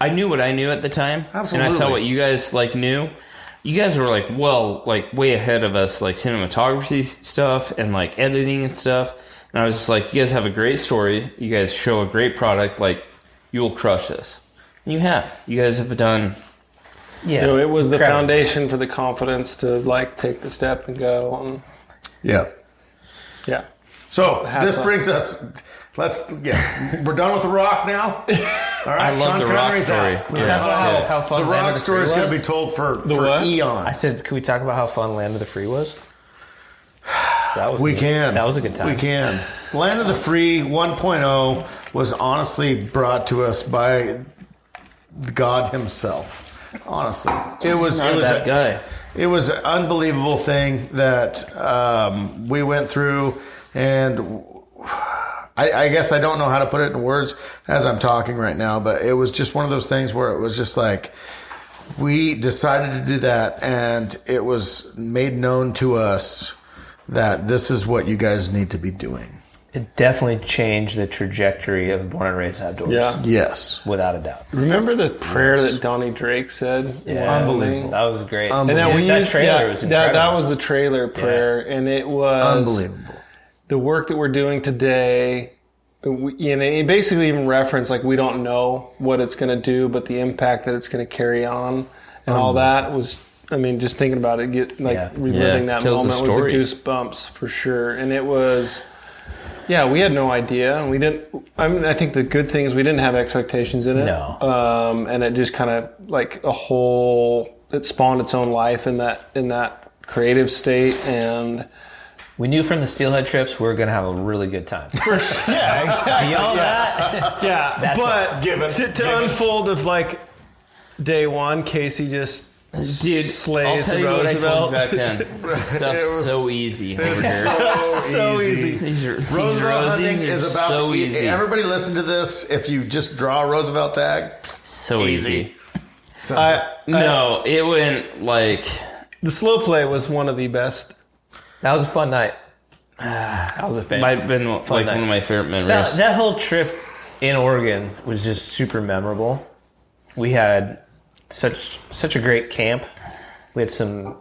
Speaker 3: I knew what I knew at the time, and I saw
Speaker 2: Absolutely.
Speaker 3: what you guys like knew. You guys were like well, like way ahead of us, like cinematography stuff and like editing and stuff. And I was just like, you guys have a great story. You guys show a great product. Like you will crush this. And you have. You guys have done
Speaker 5: Yeah,
Speaker 4: So it was the
Speaker 5: Incredible.
Speaker 4: foundation for the confidence to like take the step and go. And,
Speaker 2: Yeah.
Speaker 4: yeah.
Speaker 2: So
Speaker 4: Half
Speaker 2: this
Speaker 4: a-
Speaker 2: brings us. Let's yeah, we're done with the Rock now. All right,
Speaker 3: I love The Rock
Speaker 2: Connery's
Speaker 3: story.
Speaker 2: out.
Speaker 3: Was that
Speaker 2: Oh,
Speaker 5: about how- how fun
Speaker 2: the
Speaker 5: Land of
Speaker 2: Rock
Speaker 5: the
Speaker 2: story is
Speaker 5: Free
Speaker 2: going to be
Speaker 5: was?
Speaker 2: told for for
Speaker 4: what?
Speaker 2: eons.
Speaker 5: I said, can we talk about how fun Land of the Free was? That was
Speaker 2: we
Speaker 5: a-
Speaker 2: can.
Speaker 5: That was a good
Speaker 2: We
Speaker 5: time.
Speaker 2: can. Land of the Free 1.0 was honestly brought to us by God Himself. Honestly, it was it was
Speaker 3: that guy.
Speaker 2: It was an unbelievable thing that um, we went through, and I, I guess I don't know how to put it in words as I'm talking right now, but it was just one of those things where it was just like we decided to do that, and it was made known to us that this is what you guys need to be doing.
Speaker 5: It definitely changed the trajectory of Born and Raised Outdoors.
Speaker 4: Yeah.
Speaker 2: Yes,
Speaker 5: Without a doubt.
Speaker 4: Remember the prayer that Donnie Drake said?
Speaker 5: Yeah.
Speaker 2: Unbelievable.
Speaker 5: That was great.
Speaker 2: And
Speaker 4: And
Speaker 2: Yeah,
Speaker 4: that, we
Speaker 5: that
Speaker 4: used-
Speaker 5: trailer
Speaker 4: yeah,
Speaker 5: was
Speaker 4: that,
Speaker 5: incredible.
Speaker 4: that was the trailer prayer, and it was
Speaker 2: unbelievable.
Speaker 4: the work that we're doing today we, and it basically even referenced like we don't know what it's going to do but the impact that it's going to carry on and all that was i mean just thinking about it get like
Speaker 5: Yeah.
Speaker 4: reliving
Speaker 3: Um, Yeah,
Speaker 4: that
Speaker 3: tells the
Speaker 4: moment was the
Speaker 3: story.
Speaker 4: goosebumps for sure and it was yeah we had no idea we didn't i mean i think the good thing is we didn't have expectations in it
Speaker 5: No.
Speaker 4: um, and it just kind of like a whole it spawned its own life in that in that creative state and
Speaker 5: we knew from the Steelhead trips we were going to have a really good time.
Speaker 4: yeah exactly
Speaker 5: Beyond that,
Speaker 4: Yeah,
Speaker 5: That's
Speaker 4: but
Speaker 5: a
Speaker 2: given.
Speaker 4: to, to unfold of like day one, Casey just
Speaker 3: Dude, I'll
Speaker 4: slays
Speaker 3: tell you what I told
Speaker 4: Roosevelt.
Speaker 3: you back then. Stuff's so easy over here.
Speaker 4: so easy.
Speaker 3: These are these
Speaker 2: Roosevelt hunting
Speaker 3: rosies are
Speaker 2: is about
Speaker 3: so
Speaker 2: e-
Speaker 3: easy.
Speaker 2: Everybody listen to this. If you just draw a Roosevelt tag,
Speaker 3: so easy.
Speaker 4: I,
Speaker 3: No, it went like
Speaker 4: the slow play was one of the best.
Speaker 5: that was a fun night. That was a fan.
Speaker 3: might have been like
Speaker 5: night.
Speaker 3: one of my favorite memories.
Speaker 5: that, that whole trip in Oregon was just super memorable. We had such such a great camp. We had some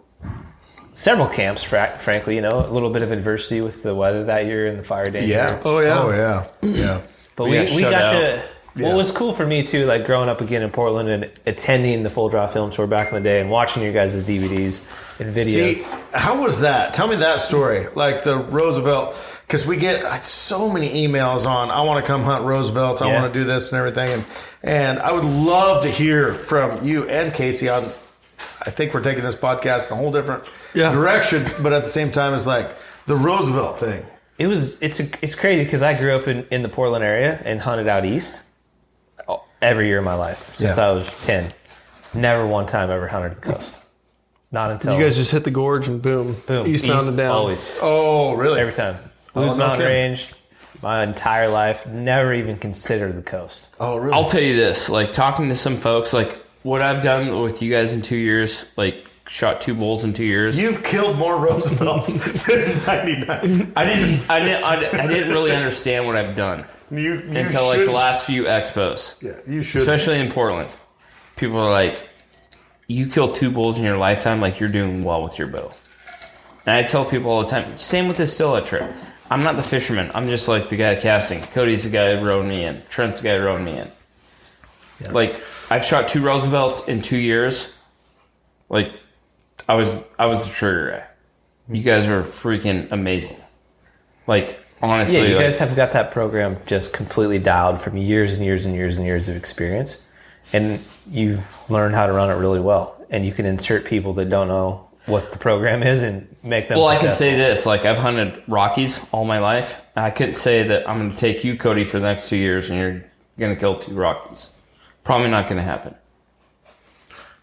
Speaker 5: several camps, fra- frankly. You know, a little bit of adversity with the weather that year and the fire danger.
Speaker 2: Yeah.
Speaker 4: Oh, yeah.
Speaker 2: Oh yeah. Yeah.
Speaker 5: But we, we,
Speaker 3: got shut
Speaker 5: got
Speaker 3: out.
Speaker 5: to.
Speaker 2: Yeah.
Speaker 5: What was cool for me too, like growing up again in Portland and attending the Full Draw Film Tour back in the day and watching your guys' DVDs and videos.
Speaker 2: See, how was that? Tell me that story. Like the Roosevelt, because we get uh, so many emails on, I want to come hunt Roosevelts, I
Speaker 5: Yeah.
Speaker 2: want to do this and everything. And, and I would love to hear from you and Casey on, I think we're taking this podcast in a whole different
Speaker 4: Yeah.
Speaker 2: direction, but at the same time, it's like the Roosevelt thing.
Speaker 5: it was it's a, it's crazy because I grew up in, in the Portland area and hunted out east uh, every year of my life since
Speaker 2: Yeah.
Speaker 5: I was ten. Never one time ever hunted the coast. Not until
Speaker 4: You guys just hit the gorge and boom,
Speaker 5: boom
Speaker 4: eastbound
Speaker 5: east,
Speaker 4: and down.
Speaker 5: always
Speaker 2: Oh, really?
Speaker 5: every time Blues
Speaker 2: no
Speaker 5: Mountain
Speaker 2: kidding.
Speaker 5: Range. My entire life, never even considered the coast.
Speaker 2: Oh, really?
Speaker 3: I'll tell you this, like talking to some folks, like what I've done with you guys in two years, like shot two bulls in two years.
Speaker 2: You've killed more Roosevelts than 99.
Speaker 3: I didn't, I didn't, I, I didn't really understand what I've done
Speaker 2: You, you
Speaker 3: until like the
Speaker 2: shouldn't-
Speaker 3: last few expos,
Speaker 2: Yeah, you should.
Speaker 3: especially in Portland. People are like, "You kill two bulls in your lifetime, like you're doing well with your bow." And I tell people all the time. Same with the Stilla trip. I'm not the fisherman. I'm just like the guy casting. Cody's the guy who rode me in. Trent's the guy who rode me in. Like I've shot two Roosevelts in two years. Like I was I was the trigger guy. You guys are freaking amazing. Like honestly,
Speaker 5: Yeah, you
Speaker 3: like-
Speaker 5: guys have got that program just completely dialed from years and years and years and years of experience, and you've learned how to run it really well. And you can insert people that don't know what the program is and make them.
Speaker 3: Well, I can
Speaker 5: successful.
Speaker 3: say this: like I've hunted Rockies all my life. and I couldn't say that I'm going to take you, Cody, for the next two years, and you're going to kill two Rockies. Probably not going to happen.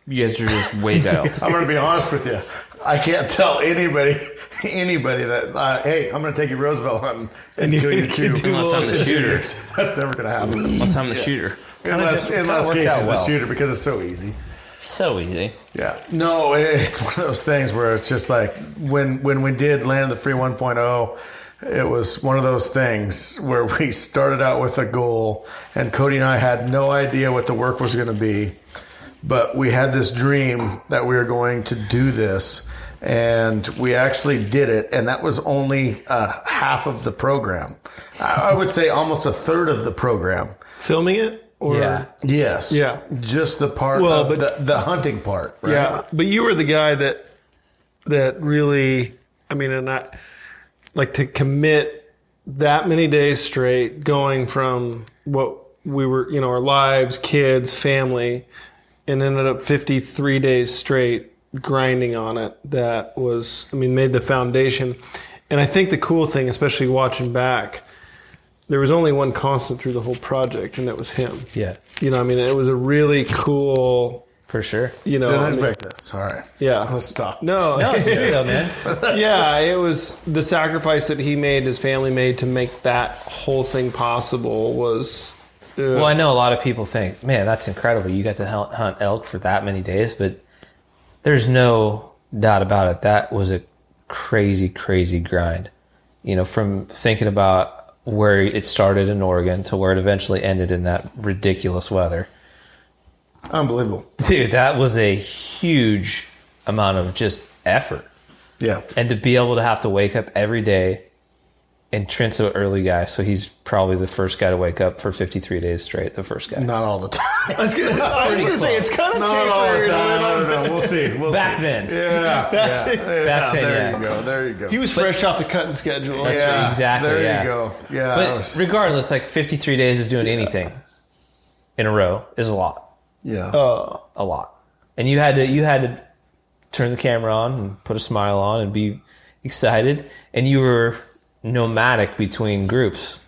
Speaker 3: You guys are just way dialed.
Speaker 2: I'm going to be honest with you. I can't tell anybody anybody that uh, hey, I'm going to take you Roosevelt hunting and kill you too.
Speaker 3: Unless I'm the shooter.
Speaker 2: That's never going to happen.
Speaker 3: Unless I'm the shooter.
Speaker 2: unless
Speaker 5: kinda
Speaker 2: unless
Speaker 5: worked out
Speaker 2: Casey's the
Speaker 5: well.
Speaker 2: shooter because it's so easy.
Speaker 3: So easy.
Speaker 2: Yeah. No, it's one of those things where it's just like when when we did land the free 1.0, it was one of those things where we started out with a goal and Cody and I had no idea what the work was going to be, but we had this dream that we were going to do this and we actually did it and that was only uh, half of the program. I, I would say almost a third of the program.
Speaker 4: Filming it? Or,
Speaker 5: Yeah.
Speaker 2: Yes.
Speaker 4: Yeah.
Speaker 2: Just the part
Speaker 4: Well,
Speaker 2: of
Speaker 4: but-
Speaker 2: the, the hunting part, right?
Speaker 4: Yeah, but you were the guy that that really, I mean, and I like to commit that many days straight, going from what we were, you know, our lives, kids, family, and ended up fifty three days straight grinding on it. That was, I mean, made the foundation. And I think the cool thing, especially watching back, there was only one constant through the whole project, and that was him.
Speaker 5: Yeah,
Speaker 4: You know, I mean, it was a really cool,
Speaker 5: for sure.
Speaker 4: you know,
Speaker 2: Then
Speaker 4: I
Speaker 2: let's
Speaker 4: mean-
Speaker 2: break this. All right.
Speaker 4: Yeah.
Speaker 2: Let's stop.
Speaker 4: No,
Speaker 5: No, it's true though, man.
Speaker 4: yeah, it was the sacrifice that he made, his family made to make that whole thing possible was. uh,
Speaker 5: Well, I know a lot of people think, man, that's incredible. You got to hunt, hunt elk for that many days, but there's no doubt about it. That was a crazy, crazy grind. You know, from thinking about where it started in Oregon to where it eventually ended in that ridiculous weather.
Speaker 2: Unbelievable.
Speaker 5: Dude, that was a huge amount of just effort.
Speaker 2: Yeah.
Speaker 5: And to be able to have to wake up every day, and Trent's an early guy, so he's probably the first guy to wake up for 53 days straight, the first guy.
Speaker 2: Not all the time. I
Speaker 4: was gonna- I was gonna say, it's kinda
Speaker 2: not
Speaker 4: tapered
Speaker 2: all the
Speaker 4: a
Speaker 2: time. I don't know. We'll see. We'll
Speaker 5: Back
Speaker 2: see.
Speaker 5: then.
Speaker 2: Yeah. Yeah. yeah.
Speaker 5: then,
Speaker 2: there
Speaker 5: yeah.
Speaker 2: you go. There you go.
Speaker 4: he was fresh off the cutting schedule.
Speaker 5: That's
Speaker 4: yeah.
Speaker 5: right, exactly,
Speaker 2: There
Speaker 5: yeah.
Speaker 2: you go. Yeah. that
Speaker 5: But
Speaker 2: was-
Speaker 5: regardless, like 53 days of doing anything in a row is a lot,
Speaker 2: yeah.
Speaker 4: Oh.
Speaker 5: a lot. And you had to you had to turn the camera on and put a smile on and be excited. And you were nomadic between groups,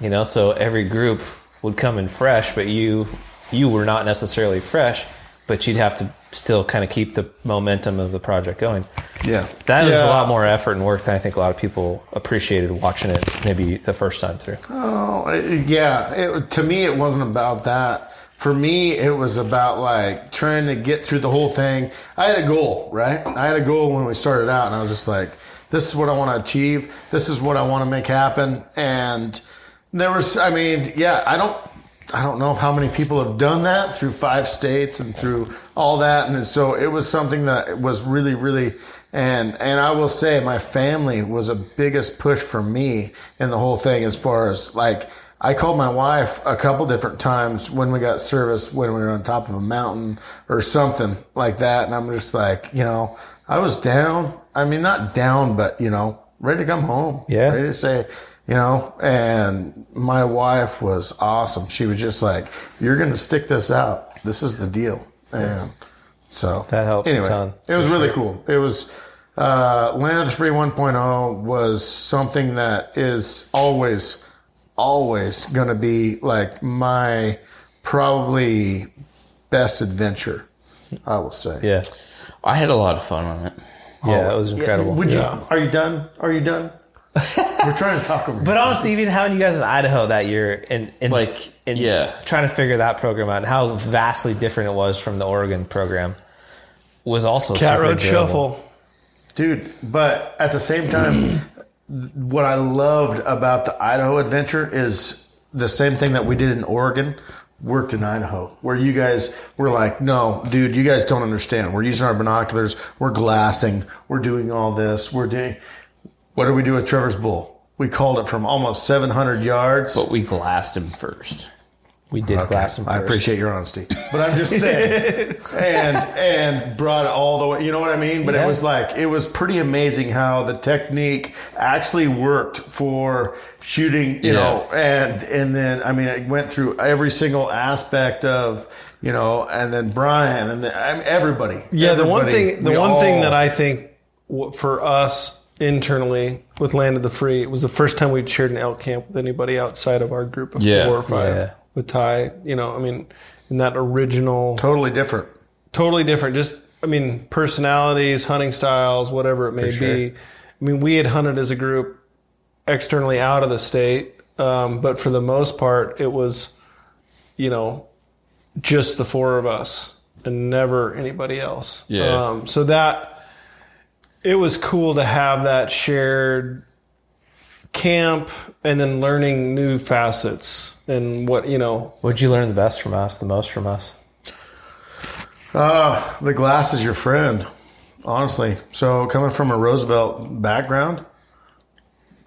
Speaker 5: you know. So every group would come in fresh, but you you were not necessarily fresh, but you'd have to still kind of keep the momentum of the project going.
Speaker 2: yeah.
Speaker 5: That was a
Speaker 4: Yeah.
Speaker 5: lot more effort and work than I think a lot of people appreciated watching it maybe the first time through.
Speaker 2: Oh, it- yeah. It, to me, it wasn't about that. For me, it was about like trying to get through the whole thing. I had a goal, right? I had a goal when we started out, and I was just like, this is what I want to achieve. This is what I want to make happen. And There was, I mean, yeah, I don't, I don't know how many people have done that through five states and through all that, and so it was something that was really, really, and and I will say, my family was a biggest push for me in the whole thing as far as like. I called my wife a couple different times when we got service when we were on top of a mountain or something like that, and I'm just like, you know, I was down. I mean, not down, but you know, ready to come home.
Speaker 5: Yeah.
Speaker 2: ready to say, you know, and my wife was awesome. She was just like, "You're going to stick this out. This is the deal." And so
Speaker 5: That helps a ton,
Speaker 2: It was really cool. It was uh, Land of the Free 1.0 was something that is always, always going to be like my probably best adventure. I will say.
Speaker 5: Yeah.
Speaker 3: I had a lot of fun on it.
Speaker 5: Oh, Yeah, that was incredible.
Speaker 2: Would you?
Speaker 4: Yeah.
Speaker 2: Are you done? Are you done? We're trying to talk over.
Speaker 5: But honestly, even having you guys in Idaho that year and, and
Speaker 3: Like,
Speaker 5: and
Speaker 3: yeah.
Speaker 5: trying to figure that program out and how vastly different it was from the Oregon program was also
Speaker 4: Cat
Speaker 5: super
Speaker 4: Road
Speaker 5: enjoyable.
Speaker 4: Shuffle.
Speaker 2: dude. But at the same time, what I loved about the Idaho adventure is the same thing that we did in Oregon worked in Idaho, where you guys were like, "No, dude, you guys don't understand. We're using our binoculars. We're glassing. We're doing all this. We're doing." What did we do with Trevor's bull? We called it from almost 700 yards.
Speaker 3: But we glassed him first.
Speaker 5: We did glass and
Speaker 2: I appreciate your honesty, but I'm just saying, and and brought it all the way. You know what I mean? But
Speaker 5: Yeah.
Speaker 2: it was like it was pretty amazing how the technique actually worked for shooting. You
Speaker 3: Yeah.
Speaker 2: know, and and then I mean, it went through every single aspect of you know, and then Brian and then I mean, everybody.
Speaker 4: Yeah, the one
Speaker 2: Everybody.
Speaker 4: thing the
Speaker 2: We
Speaker 4: one thing
Speaker 2: all-
Speaker 4: that I think w- for us internally with Land of the Free it was the first time we'd shared an elk camp with anybody outside of our group of
Speaker 3: Yeah,
Speaker 4: four or five
Speaker 5: yeah.
Speaker 4: with Ty. You know, I mean, in that original,
Speaker 2: totally different.
Speaker 4: totally different. Just I mean, personalities, hunting styles, whatever it may be. I mean, we had hunted as a group externally out of the state, um, but for the most part, it was you know just the four of us and never anybody else.
Speaker 3: Yeah.
Speaker 4: Um, so that it was cool to have that shared camp and then learning new facets and what you know
Speaker 5: What'd you learn the best from us, the most from us?
Speaker 2: Uh, The glass is your friend, honestly. So coming from a Roosevelt background,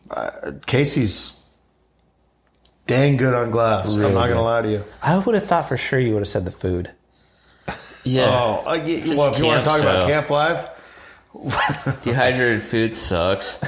Speaker 2: uh, Casey's dang good on glass. I'm not gonna lie to you.
Speaker 5: I would have thought for sure you would have said the food.
Speaker 3: Yeah.
Speaker 2: Oh, uh, y- well, if you want
Speaker 3: camp
Speaker 2: to talk about
Speaker 3: style.
Speaker 2: camp life,
Speaker 3: Dehydrated food sucks.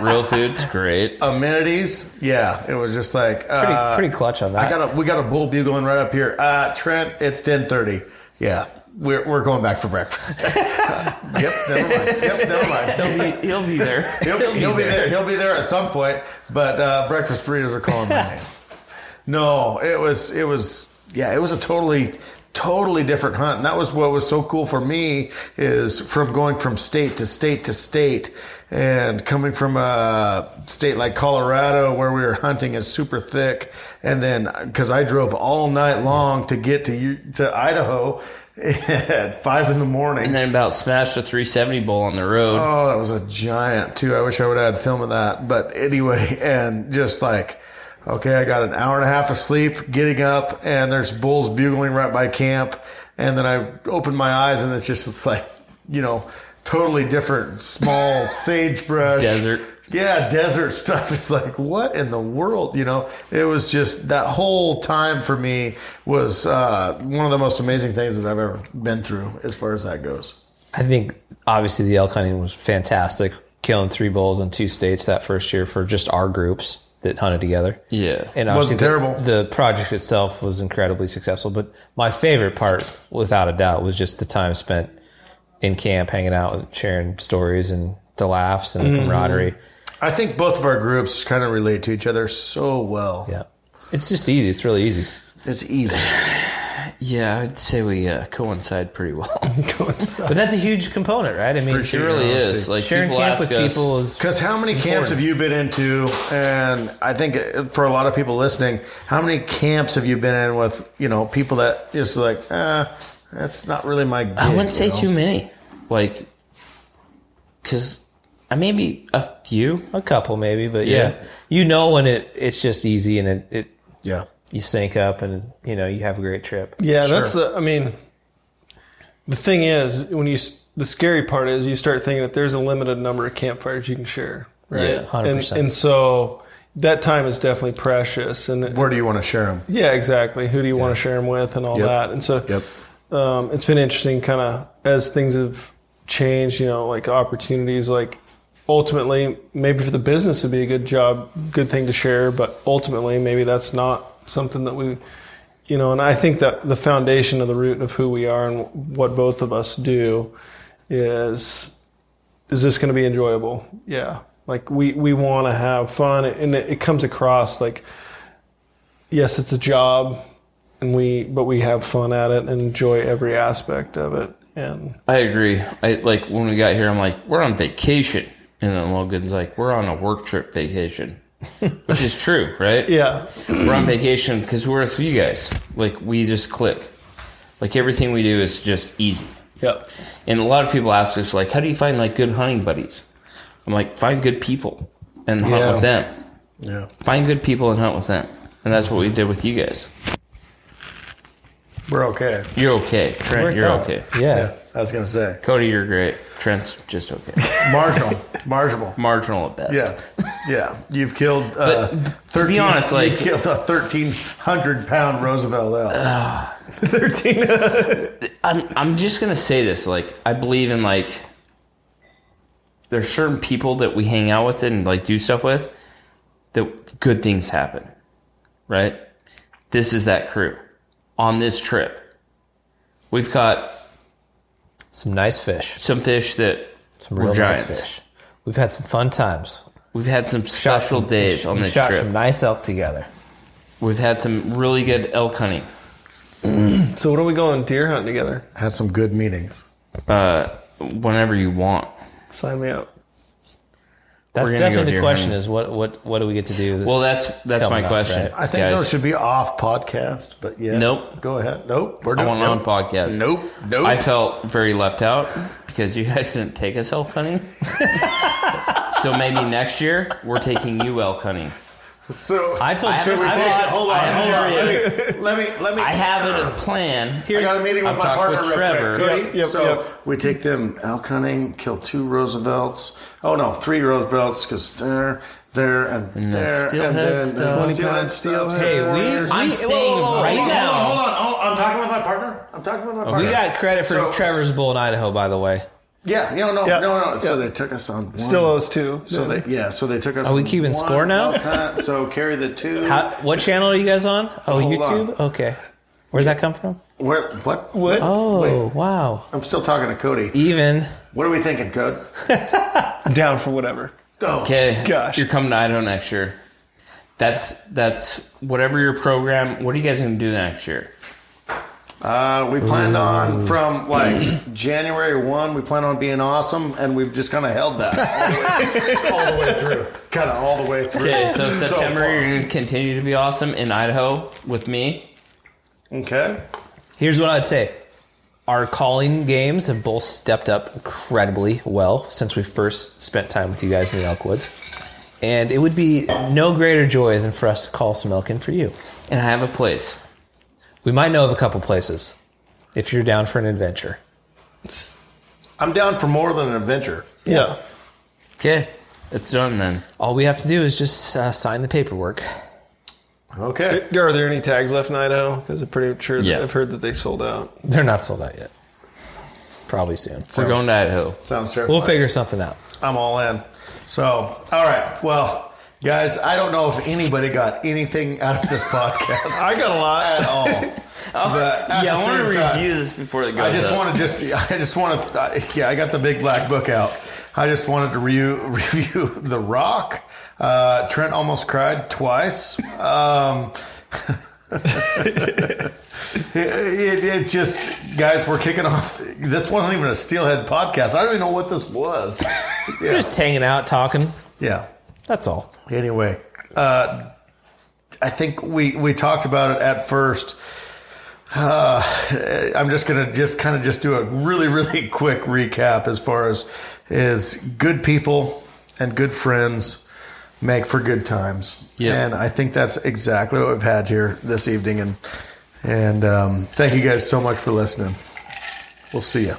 Speaker 3: Real food's great.
Speaker 2: amenities, yeah, it was just like
Speaker 5: Pretty,
Speaker 2: uh,
Speaker 5: pretty clutch on that.
Speaker 2: I got a we got a bull bugling right up here. Uh, Trent, it's ten thirty. Yeah, we're we're going back for breakfast. yep, never mind. Yep, never mind.
Speaker 3: He'll be, he'll be there.
Speaker 2: He'll, he'll, be, there. He'll be there at some point. But uh, breakfast burritos are calling my name. No, it was it was yeah, it was a totally totally different hunt, and that was what was so cool for me is from going from state to state to state, and coming from a state like Colorado where we were hunting is super thick, and then because I drove all night long to get to U- to Idaho at five in the morning.
Speaker 3: And then about smashed a 370 bowl on the road.
Speaker 2: Oh, that was a giant too. I wish I would have had film of that. But anyway, and just like, okay, I got an hour and a half of sleep, getting up, and there's bulls bugling right by camp, and then I open my eyes, and it's just it's like, you know, totally different, small sagebrush
Speaker 3: Desert.
Speaker 2: Yeah, desert stuff. It's like, what in the world? You know, it was just that whole time for me was uh, one of the most amazing things that I've ever been through as far as that goes.
Speaker 5: I think obviously the elk hunting was fantastic, killing three bulls in two states that first year for just our groups that hunted together.
Speaker 3: Yeah.
Speaker 2: Wasn't
Speaker 5: and obviously
Speaker 2: terrible.
Speaker 5: The, the project itself was incredibly successful, but my favorite part, without a doubt, was just the time spent in camp, hanging out, and sharing stories, and the laughs and the
Speaker 3: Mm-hmm.
Speaker 5: camaraderie.
Speaker 2: I think both of our groups kind of relate to each other so well.
Speaker 5: Yeah, it's just easy. It's really easy.
Speaker 2: It's easy.
Speaker 3: Yeah, I'd say we uh, coincide pretty well.
Speaker 5: But that's a huge component, right? I mean,
Speaker 3: it really is. Like
Speaker 5: sharing
Speaker 3: people
Speaker 5: camp
Speaker 3: ask
Speaker 5: with
Speaker 3: us,
Speaker 5: people is
Speaker 2: Because how many camps have you been into? And I think uh, for a lot of people listening, how many camps have you been in with, you know, people that just like, uh, that's not really my gig.
Speaker 3: I wouldn't say
Speaker 2: you know?
Speaker 3: too many. Like, because uh, maybe a few.
Speaker 5: A couple maybe, but yeah. You know when it it's just easy and it, it
Speaker 2: Yeah.
Speaker 5: you sync up and you know you have a great trip.
Speaker 4: Yeah, that's the. I mean, the thing is, when you s- the scary part is you start thinking that there's a limited number of campfires you can share, right?
Speaker 5: Yeah, 100%.
Speaker 4: And, and so that time is definitely precious. And
Speaker 2: Where do you want to share them?
Speaker 4: yeah, exactly. Who do you want to share them with, and all
Speaker 2: Yep.
Speaker 4: that. And so,
Speaker 2: Yep.
Speaker 4: um, it's been interesting, kind of as things have changed. You know, like opportunities, like ultimately, maybe for the business, it'd be a good job, good thing to share. But ultimately, maybe that's not something that we, you know. And I think that the foundation of the root of who we are and what both of us do is is this going to be enjoyable? Yeah. Like we we want to have fun, and it, it comes across like yes, it's a job, and we but we have fun at it and enjoy every aspect of it. And
Speaker 3: I agree. I like when we got here. I'm like, we're on vacation, and then Logan's like, we're on a work trip vacation, which is true, right?
Speaker 4: yeah,
Speaker 3: We're on vacation because we're with you guys. Like we just click. Like everything we do is just easy.
Speaker 4: yep,
Speaker 3: And a lot of people ask us, like, how do you find like good hunting buddies? I'm like, find good people and hunt
Speaker 2: Yeah.
Speaker 3: with them.
Speaker 2: Yeah.
Speaker 3: Find good people and hunt with them. And that's what we did with you guys.
Speaker 2: We're okay.
Speaker 3: You're okay, Trent.
Speaker 5: We're
Speaker 3: you're
Speaker 5: done.
Speaker 3: okay.
Speaker 5: Yeah.
Speaker 2: I was gonna say
Speaker 3: Cody, you're great. Trent's just okay.
Speaker 2: marginal, marginal.
Speaker 3: Marginal at best.
Speaker 2: Yeah, yeah. You've killed. Uh,
Speaker 3: But to be honest,
Speaker 2: you
Speaker 3: like-
Speaker 2: killed a thirteen hundred pound Roosevelt elk.
Speaker 5: Thirteen.
Speaker 3: I'm I'm just gonna say this. Like I believe in like there's certain people that we hang out with and like do stuff with that good things happen. Right? This is that crew. On this trip. We've caught
Speaker 5: Some nice fish.
Speaker 3: some fish that
Speaker 5: Some
Speaker 3: were
Speaker 5: real nice
Speaker 3: giants.
Speaker 5: fish. We've had some fun times.
Speaker 3: We've had some special
Speaker 5: some-
Speaker 3: days
Speaker 5: we
Speaker 3: on this
Speaker 5: shot
Speaker 3: trip.
Speaker 5: some nice elk together.
Speaker 3: We've had some really good elk hunting.
Speaker 4: So what are we going deer hunting together?
Speaker 2: Had some good meetings.
Speaker 3: Uh whenever you want.
Speaker 4: Sign me up.
Speaker 5: That's
Speaker 3: gonna go
Speaker 5: definitely the
Speaker 3: deer
Speaker 5: question:
Speaker 3: hunting.
Speaker 5: is what what what do we get to do? This
Speaker 3: Well that's that's
Speaker 5: Coming
Speaker 3: my
Speaker 5: up,
Speaker 3: question.
Speaker 5: right.
Speaker 2: I think
Speaker 3: guys.
Speaker 2: those should be off podcast, but yeah.
Speaker 3: Nope.
Speaker 2: Go ahead. Nope. We're
Speaker 3: I
Speaker 2: doing
Speaker 3: want on
Speaker 2: nope.
Speaker 3: podcast.
Speaker 2: Nope. Nope.
Speaker 3: I felt very left out because you guys didn't take us elk hunting. so maybe next year we're taking you elk hunting.
Speaker 2: so
Speaker 5: I told
Speaker 3: I
Speaker 5: Trevor
Speaker 3: haven't-
Speaker 5: Tate-
Speaker 3: I
Speaker 2: hold on,
Speaker 3: I
Speaker 2: hold on.
Speaker 3: haven't
Speaker 2: Let me, let me, let me.
Speaker 3: I have it a plan.
Speaker 2: I got a meeting with
Speaker 3: I've
Speaker 2: my
Speaker 3: talked
Speaker 2: partner
Speaker 3: with
Speaker 2: real
Speaker 3: Trevor.
Speaker 2: quick. Cody,
Speaker 4: Yep, yep,
Speaker 2: so
Speaker 4: yep.
Speaker 2: we take them elk hunting, kill two Roosevelts. Oh no, three Roosevelts because they're there and,
Speaker 3: the
Speaker 2: there
Speaker 3: steelhead
Speaker 2: and then
Speaker 3: stuff.
Speaker 2: the
Speaker 3: 20
Speaker 2: steelhead
Speaker 4: pound
Speaker 2: stuff.
Speaker 5: Hey, we-
Speaker 3: I'm
Speaker 5: Whoa,
Speaker 3: saying
Speaker 5: whoa, whoa,
Speaker 3: right
Speaker 5: whoa,
Speaker 3: now.
Speaker 2: Hold on, hold on. I'm talking with my partner. I'm talking with my partner.
Speaker 5: we got credit for
Speaker 2: So-
Speaker 5: Trevor's bull in Idaho, by the way.
Speaker 2: Yeah, no, no,
Speaker 4: Yeah.
Speaker 2: no, no. So
Speaker 4: Yeah.
Speaker 2: they took us on. One.
Speaker 4: Still owes two.
Speaker 2: So they, yeah, so they took us.
Speaker 5: Are we
Speaker 2: on
Speaker 5: keeping
Speaker 2: one
Speaker 5: score now?
Speaker 2: elk hunt, so carry the two.
Speaker 5: How, what channel are you guys on? Oh,
Speaker 2: Hold
Speaker 5: YouTube. Okay, where'd that come from?
Speaker 2: Where? What?
Speaker 4: What?
Speaker 5: Oh,
Speaker 2: Wait.
Speaker 5: wow.
Speaker 2: I'm still talking to Cody.
Speaker 5: Even
Speaker 2: What are we thinking, Code?
Speaker 4: Down for whatever.
Speaker 2: Oh,
Speaker 3: Okay.
Speaker 4: Gosh.
Speaker 3: You're coming to Idaho next year. That's that's whatever your program. What are you guys going to do next year?
Speaker 2: Uh, we planned
Speaker 5: Mm.
Speaker 2: on from like January one. We plan on being awesome, and we've just kind of held that all the way, all the way through, kind of all the way through.
Speaker 3: Okay, so September
Speaker 2: far.
Speaker 3: you're going to continue to be awesome in Idaho with me.
Speaker 2: okay.
Speaker 5: here's what I'd say: our calling games have both stepped up incredibly well since we first spent time with you guys in the elk woods, and it would be no greater joy than for us to call some elk in for you.
Speaker 3: And I have a place.
Speaker 5: We might know of a couple places if you're down for an adventure.
Speaker 2: I'm down for more than an adventure.
Speaker 4: Yeah.
Speaker 3: Okay. It's done then.
Speaker 5: All we have to do is just uh, sign the paperwork.
Speaker 2: Okay.
Speaker 4: Are there any tags left in Idaho? Because I'm pretty sure that
Speaker 3: Yeah.
Speaker 4: I've heard that they sold out.
Speaker 5: They're not sold out yet. Probably soon.
Speaker 3: We're going to Idaho.
Speaker 2: Sounds terrible.
Speaker 5: We'll figure something out.
Speaker 2: I'm all in. So, all right. Well, guys, I don't know if anybody got anything out of this podcast.
Speaker 4: I got a lot.
Speaker 2: at all. but at
Speaker 3: yeah,
Speaker 2: the
Speaker 3: I want to
Speaker 2: same
Speaker 3: review
Speaker 2: time,
Speaker 3: this before it goes.
Speaker 2: I just
Speaker 3: up.
Speaker 2: want to just I just want to uh, yeah I got the big black book out. I just wanted to review review The Rock. Uh, Trent almost cried twice. Um, it, it, it just guys we're kicking off. This wasn't even a Steelhead podcast. I don't even know what this was.
Speaker 5: We're just hanging out, talking.
Speaker 2: Yeah.
Speaker 5: That's all.
Speaker 2: Anyway, uh, I think we we talked about it at first. Uh, I'm just gonna just kind of just do a really really quick recap as far as is good people and good friends make for good times.
Speaker 3: Yeah.
Speaker 2: And I think that's exactly what we've had here this evening. And and um, thank you guys so much for listening. We'll see you.